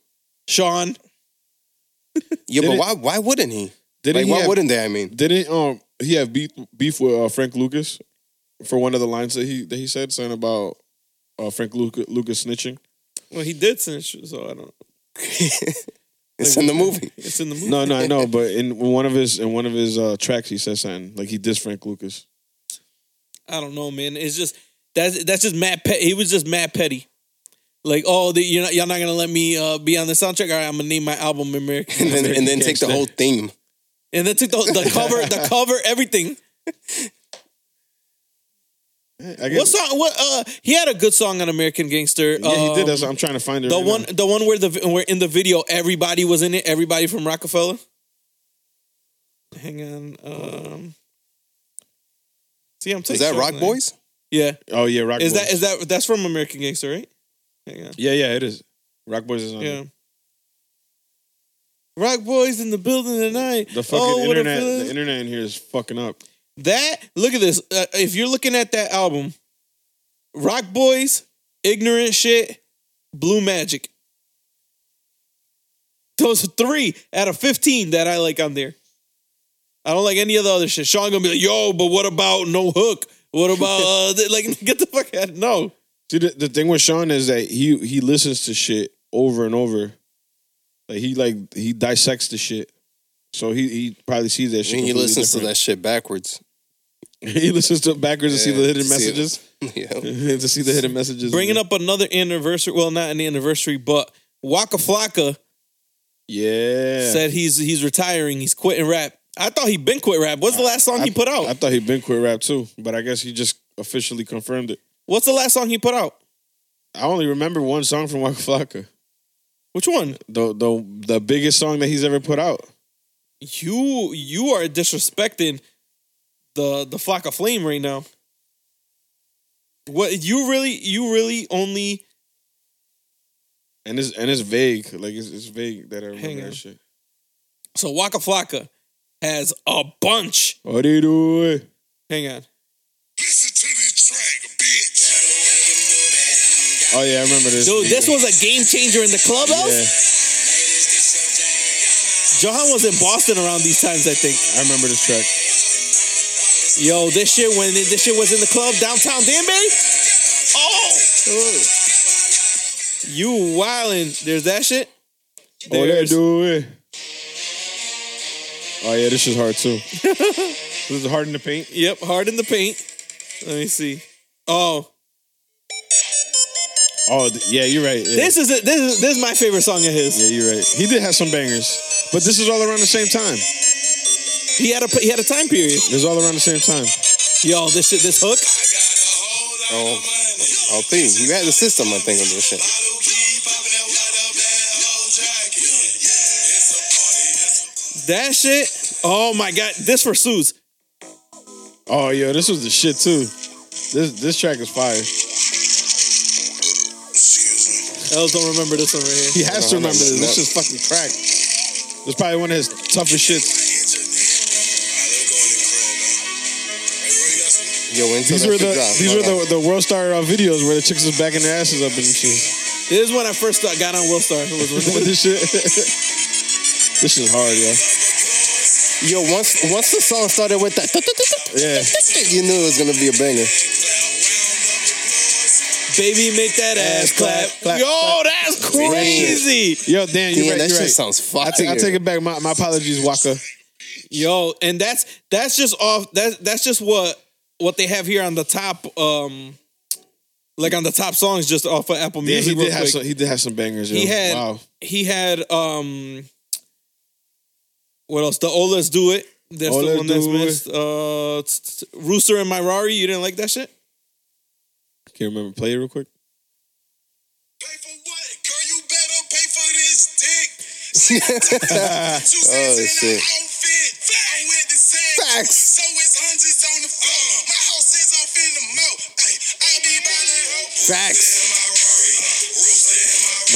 Sean.
Yeah, but
Didn't-
why why wouldn't he?
Didn't
Like
he
why
have-
wouldn't they? I mean,
Didn't um he have beef beef with uh, Frank Lucas for one of the lines that he that he said something about uh, Frank Luca, Lucas snitching?
Well, he did snitch, so I don't. know.
it's in the movie.
It's in the movie.
No, no, I
*laughs*
know, but in one of his in one of his uh, tracks he said something like he dissed Frank Lucas.
I don't know, man. It's just that's that's just Matt. Pe- he was just Matt Petty. Like, oh, the, you're not, y'all not gonna let me uh, be on the soundtrack. All right, I'm gonna name my album American,
*laughs* and then and then take the
Gangster.
whole theme.
and then took the, the cover, the cover, everything.
I
What
guess
song? What? Uh, he had a good song on American Gangster.
yeah, he did.
Um,
That's I'm trying to find it.
the
right
one,
now.
the one where the where in the video everybody was in it. Everybody from Rockefeller. Hang on. Um, see, I'm
Is
taking
that
shots
Rock
now.
Boys?
Yeah.
Oh yeah, Rock
Is
Boys.
that is that that's from American Gangster, right? Hang on.
yeah, yeah, it is. Rock Boys is on.
Yeah.
there.
Rock boys in the building tonight.
The fucking
Oh, what a
internet,
feeling.
the internet in here is fucking up.
that look at this. Uh, if you're looking at that album, Rock Boys, Ignorant Shit, Blue Magic. Those are three out of fifteen that I like on there. I don't like any of the other shit. Sean gonna be like, "Yo, but what about no hook? What
*laughs*
about uh, th- like get the fuck out? No,
See, the, the thing with Sean is that he he listens to shit over and over. Like he like he dissects the shit, so he he probably sees that
I
shit.
mean, he
completely
listens to
different.
that shit backwards. *laughs*
*laughs* he listens to it backwards to see the
Yeah,
hidden
to see it.
messages. *laughs*
yeah.
to see the hidden messages.
bringing up another anniversary. Well, not an anniversary, but Waka Flocka.
Yeah.
said he's he's retiring. He's quitting rap. I thought he'd been quit rap. What's the last song he put
I
out?
thought he'd been quit rap too, but I guess he just officially confirmed it.
What's the last song he put out?
*laughs* I only remember one song from Waka Flocka.
Which one?
The the the biggest song that he's ever put out.
You you are disrespecting the the flock of flame right now. What you really you really only
And it's and it's vague. Like it's, it's vague that I remember
Hang on.
that shit.
so Waka Flocka has a bunch.
What do you do?
Hang on.
Listen to this track, bitch.
Oh yeah, I remember this.
Dude, this was a game changer in the
Yeah,
clubhouse. Johan was in Boston around these times, I think.
I remember this track.
Yo, this shit when it- this shit was in the club downtown Danbury. Oh, you wildin'. There's that shit.
Oh yeah,
There's-
do it. Oh yeah, this is hard too. this is hard in the paint.
Yep, hard in the paint. Let me see. Oh,
Oh th- yeah, you're right. Yeah.
this is it. This is this is my favorite song of his.
yeah, you're right. He did have some bangers, but this is all around the same time.
He had a he had a time period.
This is all around the same time.
Yo, this shit, this hook.
Oh, LP, you had the system, I think, on this shit.
That shit. Oh my god, this for Suze.
Oh yo, this was the shit too. This this track is fire.
Ells don't remember this one right here.
He has to
No, no,
remember this.
no.
This is fucking crack. This is probably one of his toughest shits.
Yo, until
These
that
were
shit
the
dropped,
these were
hold on.
the, the world star uh, videos where the chicks was backing their asses up and shit.
This is when I first got got on Will Star. It was-
With *laughs* this shit. *laughs* this is hard, yo.
Yo, once once the song started with that,
Yeah.
you knew it was gonna be a banger.
Baby, make that ass clap. Yo, that's crazy.
Yo, Dan, you're
Yeah,
right.
that
You're
shit
right.
sounds
I,
fire.
take- I take it back. My, my apologies, Waka.
Yo, and that's that's just off. That that's just what what they have here on the top. Um, like on the top songs, just off of Apple
Yeah,
Music.
he did
real
have
quick.
some, he did have some bangers. Yo.
He had
wow.
he had um what else? The Oh Let's Do It. That's
Oh,
the
Let's
one that's
Do It.
missed. Uh t- t- Rooster and Myrari, you didn't like that shit?
Can you remember? Play it real quick.
Pay for what? Girl, you better pay for this
*laughs*
dick. Two
Oh,
cents in
shit.
an outfit. I'm with the sex.
Facts. Uh.
So it's hundreds on the floor. My house is off in the mo. Ay, I be ballin' ho.
Facts.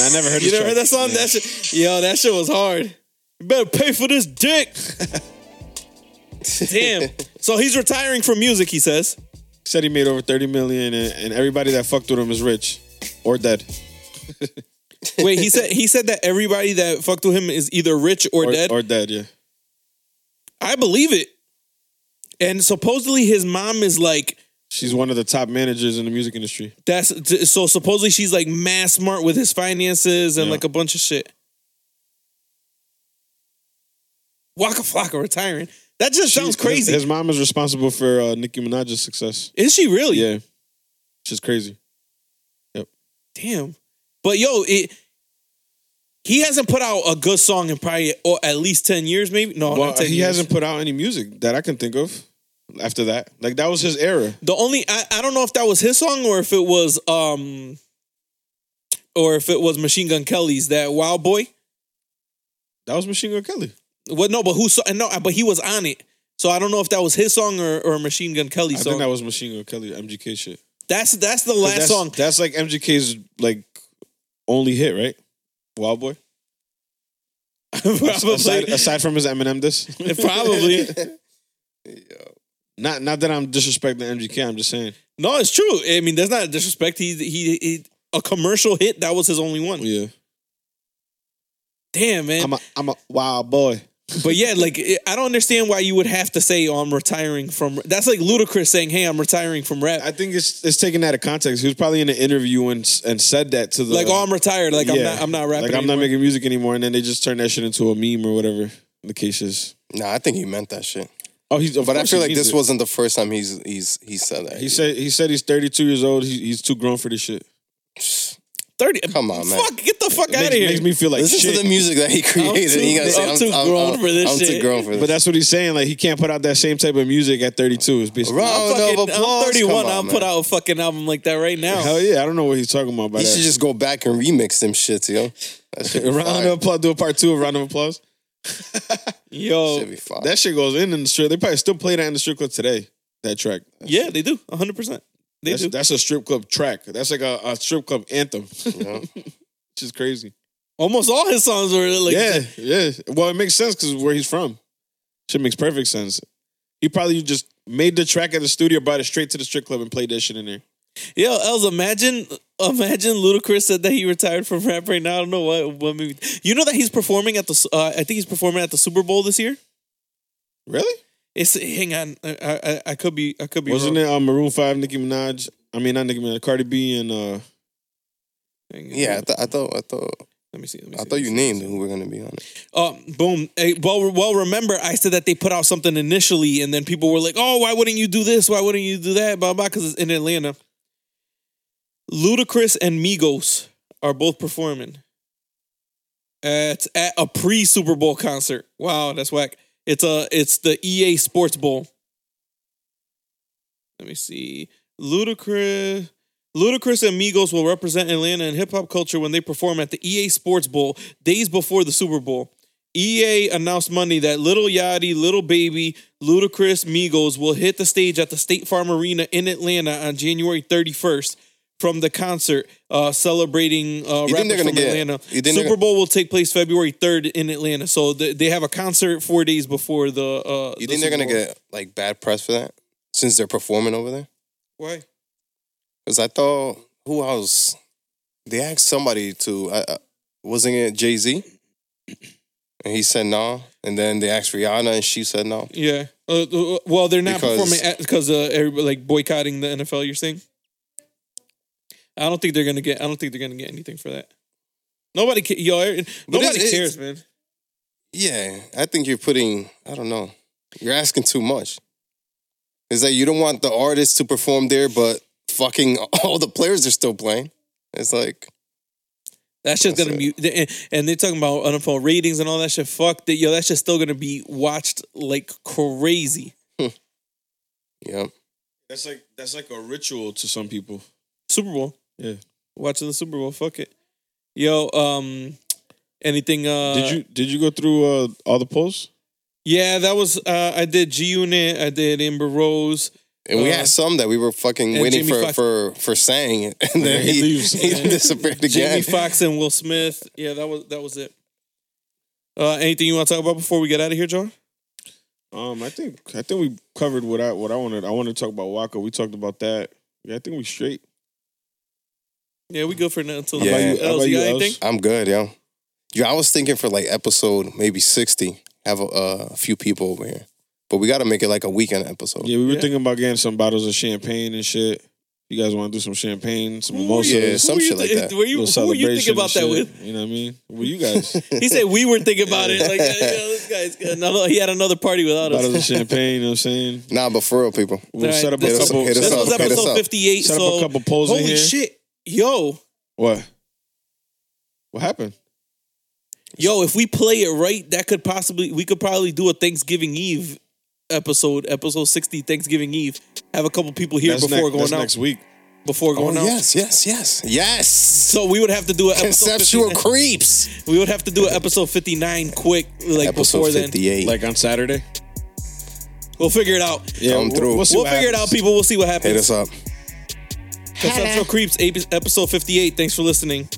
In my
Nah,
Rari. Rooster in my
I never heard
You
this
never heard
track.
that song? That shit yo, that shit was hard. You better pay for
*laughs*
this dick. Damn. So he's retiring from music, he says.
Said he made over 30 million and, and everybody that fucked with him is rich or dead.
Wait, he said he said that everybody that fucked with him is either rich or,
Or
dead.
Or dead, yeah.
I believe it. And supposedly his mom is like
She's one of the top managers in the music industry.
That's t- so. Supposedly, she's like mad smart with his finances and
Yeah.
like a bunch of shit. Waka Flocka retiring. That just sounds
His-
crazy.
His, mom is responsible for uh, Nicki Minaj's success.
Is she really?
Yeah. She's crazy.
Damn. But yo, it. He hasn't put out a good song in probably or at least ten years, maybe. No,
well,
not 10
he
years.
hasn't put out any music that I can think of after that. Like, that was his era.
The only I, I don't know if that was his song or if it was um, or if it was Machine Gun Kelly's that Wild Boy.
That was Machine Gun Kelly.
Well, no, but who saw? No, but he was on it. So I don't know if that was his song or, or Machine Gun Kelly's
I
song.
think that was Machine Gun Kelly, MGK shit.
that's that's the
'Cause
last
that's,
*laughs* song.
That's like MGK's like only hit, right? Wild Boy.
probably,
Aside,
*laughs*
aside from his Eminem this.
probably.
*laughs* Not not that I'm disrespecting MGK, I'm just saying.
No, it's true. I mean, that's not disrespect. He, he he a commercial hit. That was his only one.
Yeah.
Damn man.
I'm a I'm a wild boy.
but yeah, like it- I don't understand why you would have to say oh, I'm retiring from. That's like ludicrous saying, "Hey, I'm retiring from rap."
I think it's it's taken out of context. He was probably in an interview and s- and said that to the
like, oh, I'm retired. Like I'm
Yeah.
not. I'm not rapping.
Like I'm not making music anymore, and then they just turned that shit into a meme or whatever the case is.
Nah, I think he meant that shit.
Oh, he's of
But I
course
feel
he
like
means
this
it.
wasn't the first time he's he's he said that.
He said he said he's 32 years old. He, he's too grown for this shit.
Thirty.
Come on, man.
Fuck, get the fuck out of
Makes,
here.
makes me feel like
Listen
shit.
to the music that he created.
too-
you gotta say,
I'm too grown for this
I'm too
shit.
grown for this.
But that's what he's saying. Like he can't put out that same type of music at 32. It's basically
Round
fucking,
of applause.
I'm 31.
Come on,
I'll
man.
put out a fucking album like that right now.
hell yeah. I don't know what he's talking about. By
You
that. *laughs*
should just go back and remix them shits, yo. That shit be
A round
fire.
of applause. Do a part two of round of applause.
Yo,
Should be fire.
That shit goes in in the strip. They probably still play that in the strip club today. That track.
yeah, they do. 100. percent They
That's,
do.
that's a strip club track. That's like a, a strip club anthem, *laughs* which
you know?
is crazy.
Almost all his songs were like.
yeah, yeah. Well, it makes sense because where he's from, shit makes perfect sense. He probably just made the track at the studio, brought it straight to the strip club, and played that shit in there.
Yo, Els, imagine, imagine Ludacris said that he retired from *laughs* rap right now. I don't know what, what movie. You know that he's performing at the. Uh, I think he's performing at the Super Bowl this year.
Really?
It's hang on, I I, I could be I could be
Wasn't
wrong.
it uh, Maroon Five, Nicki Minaj? I mean, not Nicki Minaj, Cardi B, and uh,
Hang on.
Yeah, I, th- I thought I thought
Let me see. Let me
I
see,
thought
let me
you
see.
named who we're gonna be on it.
Uh, boom. Hey, well, well, remember I said that they put out something initially, and then people were like, "Oh, why wouldn't you do this? Why wouldn't you do that?" Blah blah. Because it's in Atlanta. Ludacris and Migos are both performing. At at a pre Super Bowl concert. Wow, that's whack. It's a it's the EA Sports Bowl. Let me see. Ludacris. Ludacris and Migos will represent Atlanta in hip hop culture when they perform at the EA Sports Bowl days before the Super Bowl. EA announced Monday that Little Yachty, Little Baby, Ludacris, Migos will hit the stage at the State Farm Arena in Atlanta on January 31st from the concert uh, celebrating uh,
You think
rappers
they're gonna
from
get-
Atlanta.
you think they're
Super
gonna-
Bowl will take place February 3rd in Atlanta. So th- they have a concert four days before the. Uh,
You
the
think
Super
they're gonna
Bowl.
get like bad press for that since they're performing over there?
Why?
Because I thought who else? They asked somebody to. I, I, wasn't it Jay Z? And he said no. And then they asked Rihanna, and she said no.
Yeah. Uh, uh, well, they're not
Because-
performing at because uh, everybody like boycotting the NFL. You're saying? I don't think they're gonna get. I don't think they're gonna get anything for that. Nobody, ca- yo, every-
But
nobody
it's-
cares, man.
Yeah, I think you're putting. I don't know. You're asking too much. It's like you don't want the artists to perform there, but fucking *laughs* all the players are still playing. It's like
That shit's
That's
gonna be, and, and they're talking about NFL ratings and all that shit. Fuck that, yo. That shit's still gonna be watched like crazy.
yeah.
that's like that's like a ritual to some people.
Super Bowl,
Yeah.
watching the Super Bowl. Fuck it, yo. Um, anything? Uh,
Did you did you go through uh, all the polls?
Yeah, that was. Uh, I did G Unit. I did Amber Rose.
And we
Uh,
had some that we were fucking
and
waiting
Jamie
for,
Foxx-
for for saying it, *laughs* and then
he
he,
leaves.
he
Yeah.
disappeared again.
Jamie Foxx and Will Smith. Yeah, that was that was it. Uh, anything you want to talk about before we get out of here, John?
Um, I think I think we covered what I what I wanted. I wanted to talk about Waka. We talked about that. Yeah, I think we straight.
Yeah, we go for now until
How about you-
how
Els,
about
you
you,
got
Els?
anything?
I'm good, yo. Yo, I was thinking for like episode maybe sixty, have a, a few people over here, but we got to make it like a weekend episode.
Yeah, we were
Yeah.
thinking about getting some bottles of champaign and shit. You guys want to do some champagne, some mimosas,
yeah,
little
some
who
shit
you thi-
like that.
Were you, who were you
celebration
thinking
and
about that
shit.
with?
You know what I mean? Well, you *laughs* guys
He said we were thinking about it.
*laughs*
Like, yeah, yeah, this guy's good. No, he had another party without
bottles of
us.
champaign. You know what I'm saying?
Nah, but for real, people,
We'll
All right,
set up a
this-
couple.
hit us
This
set up-
was
up, hit us
episode
up.
fifty-eight.
Set up
so
a couple polls in
holy
here.
shit, yo,
What? What happened?
yo! If we play it right, that could possibly we could probably do a Thanksgiving Eve episode, episode sixty, Thanksgiving Eve. Have a couple people here
That's
before
next-
going
that's
out.
next week.
Before
Oh,
going out.
yes, yes, yes, yes.
So we would have to do an
Conceptual
episode. 50
creeps.
we would have to do an episode fifty nine quick, like
Episode
before then.
fifty-eight.
Like on Saturday.
We'll figure it out.
Yeah,
Come
we'll-
through.
We'll, see
We'll
what
figure it out,
happens.
people. We'll see what
hit us
happens.
up.
Conceptual Creeps, ep- episode fifty eight. Thanks for listening.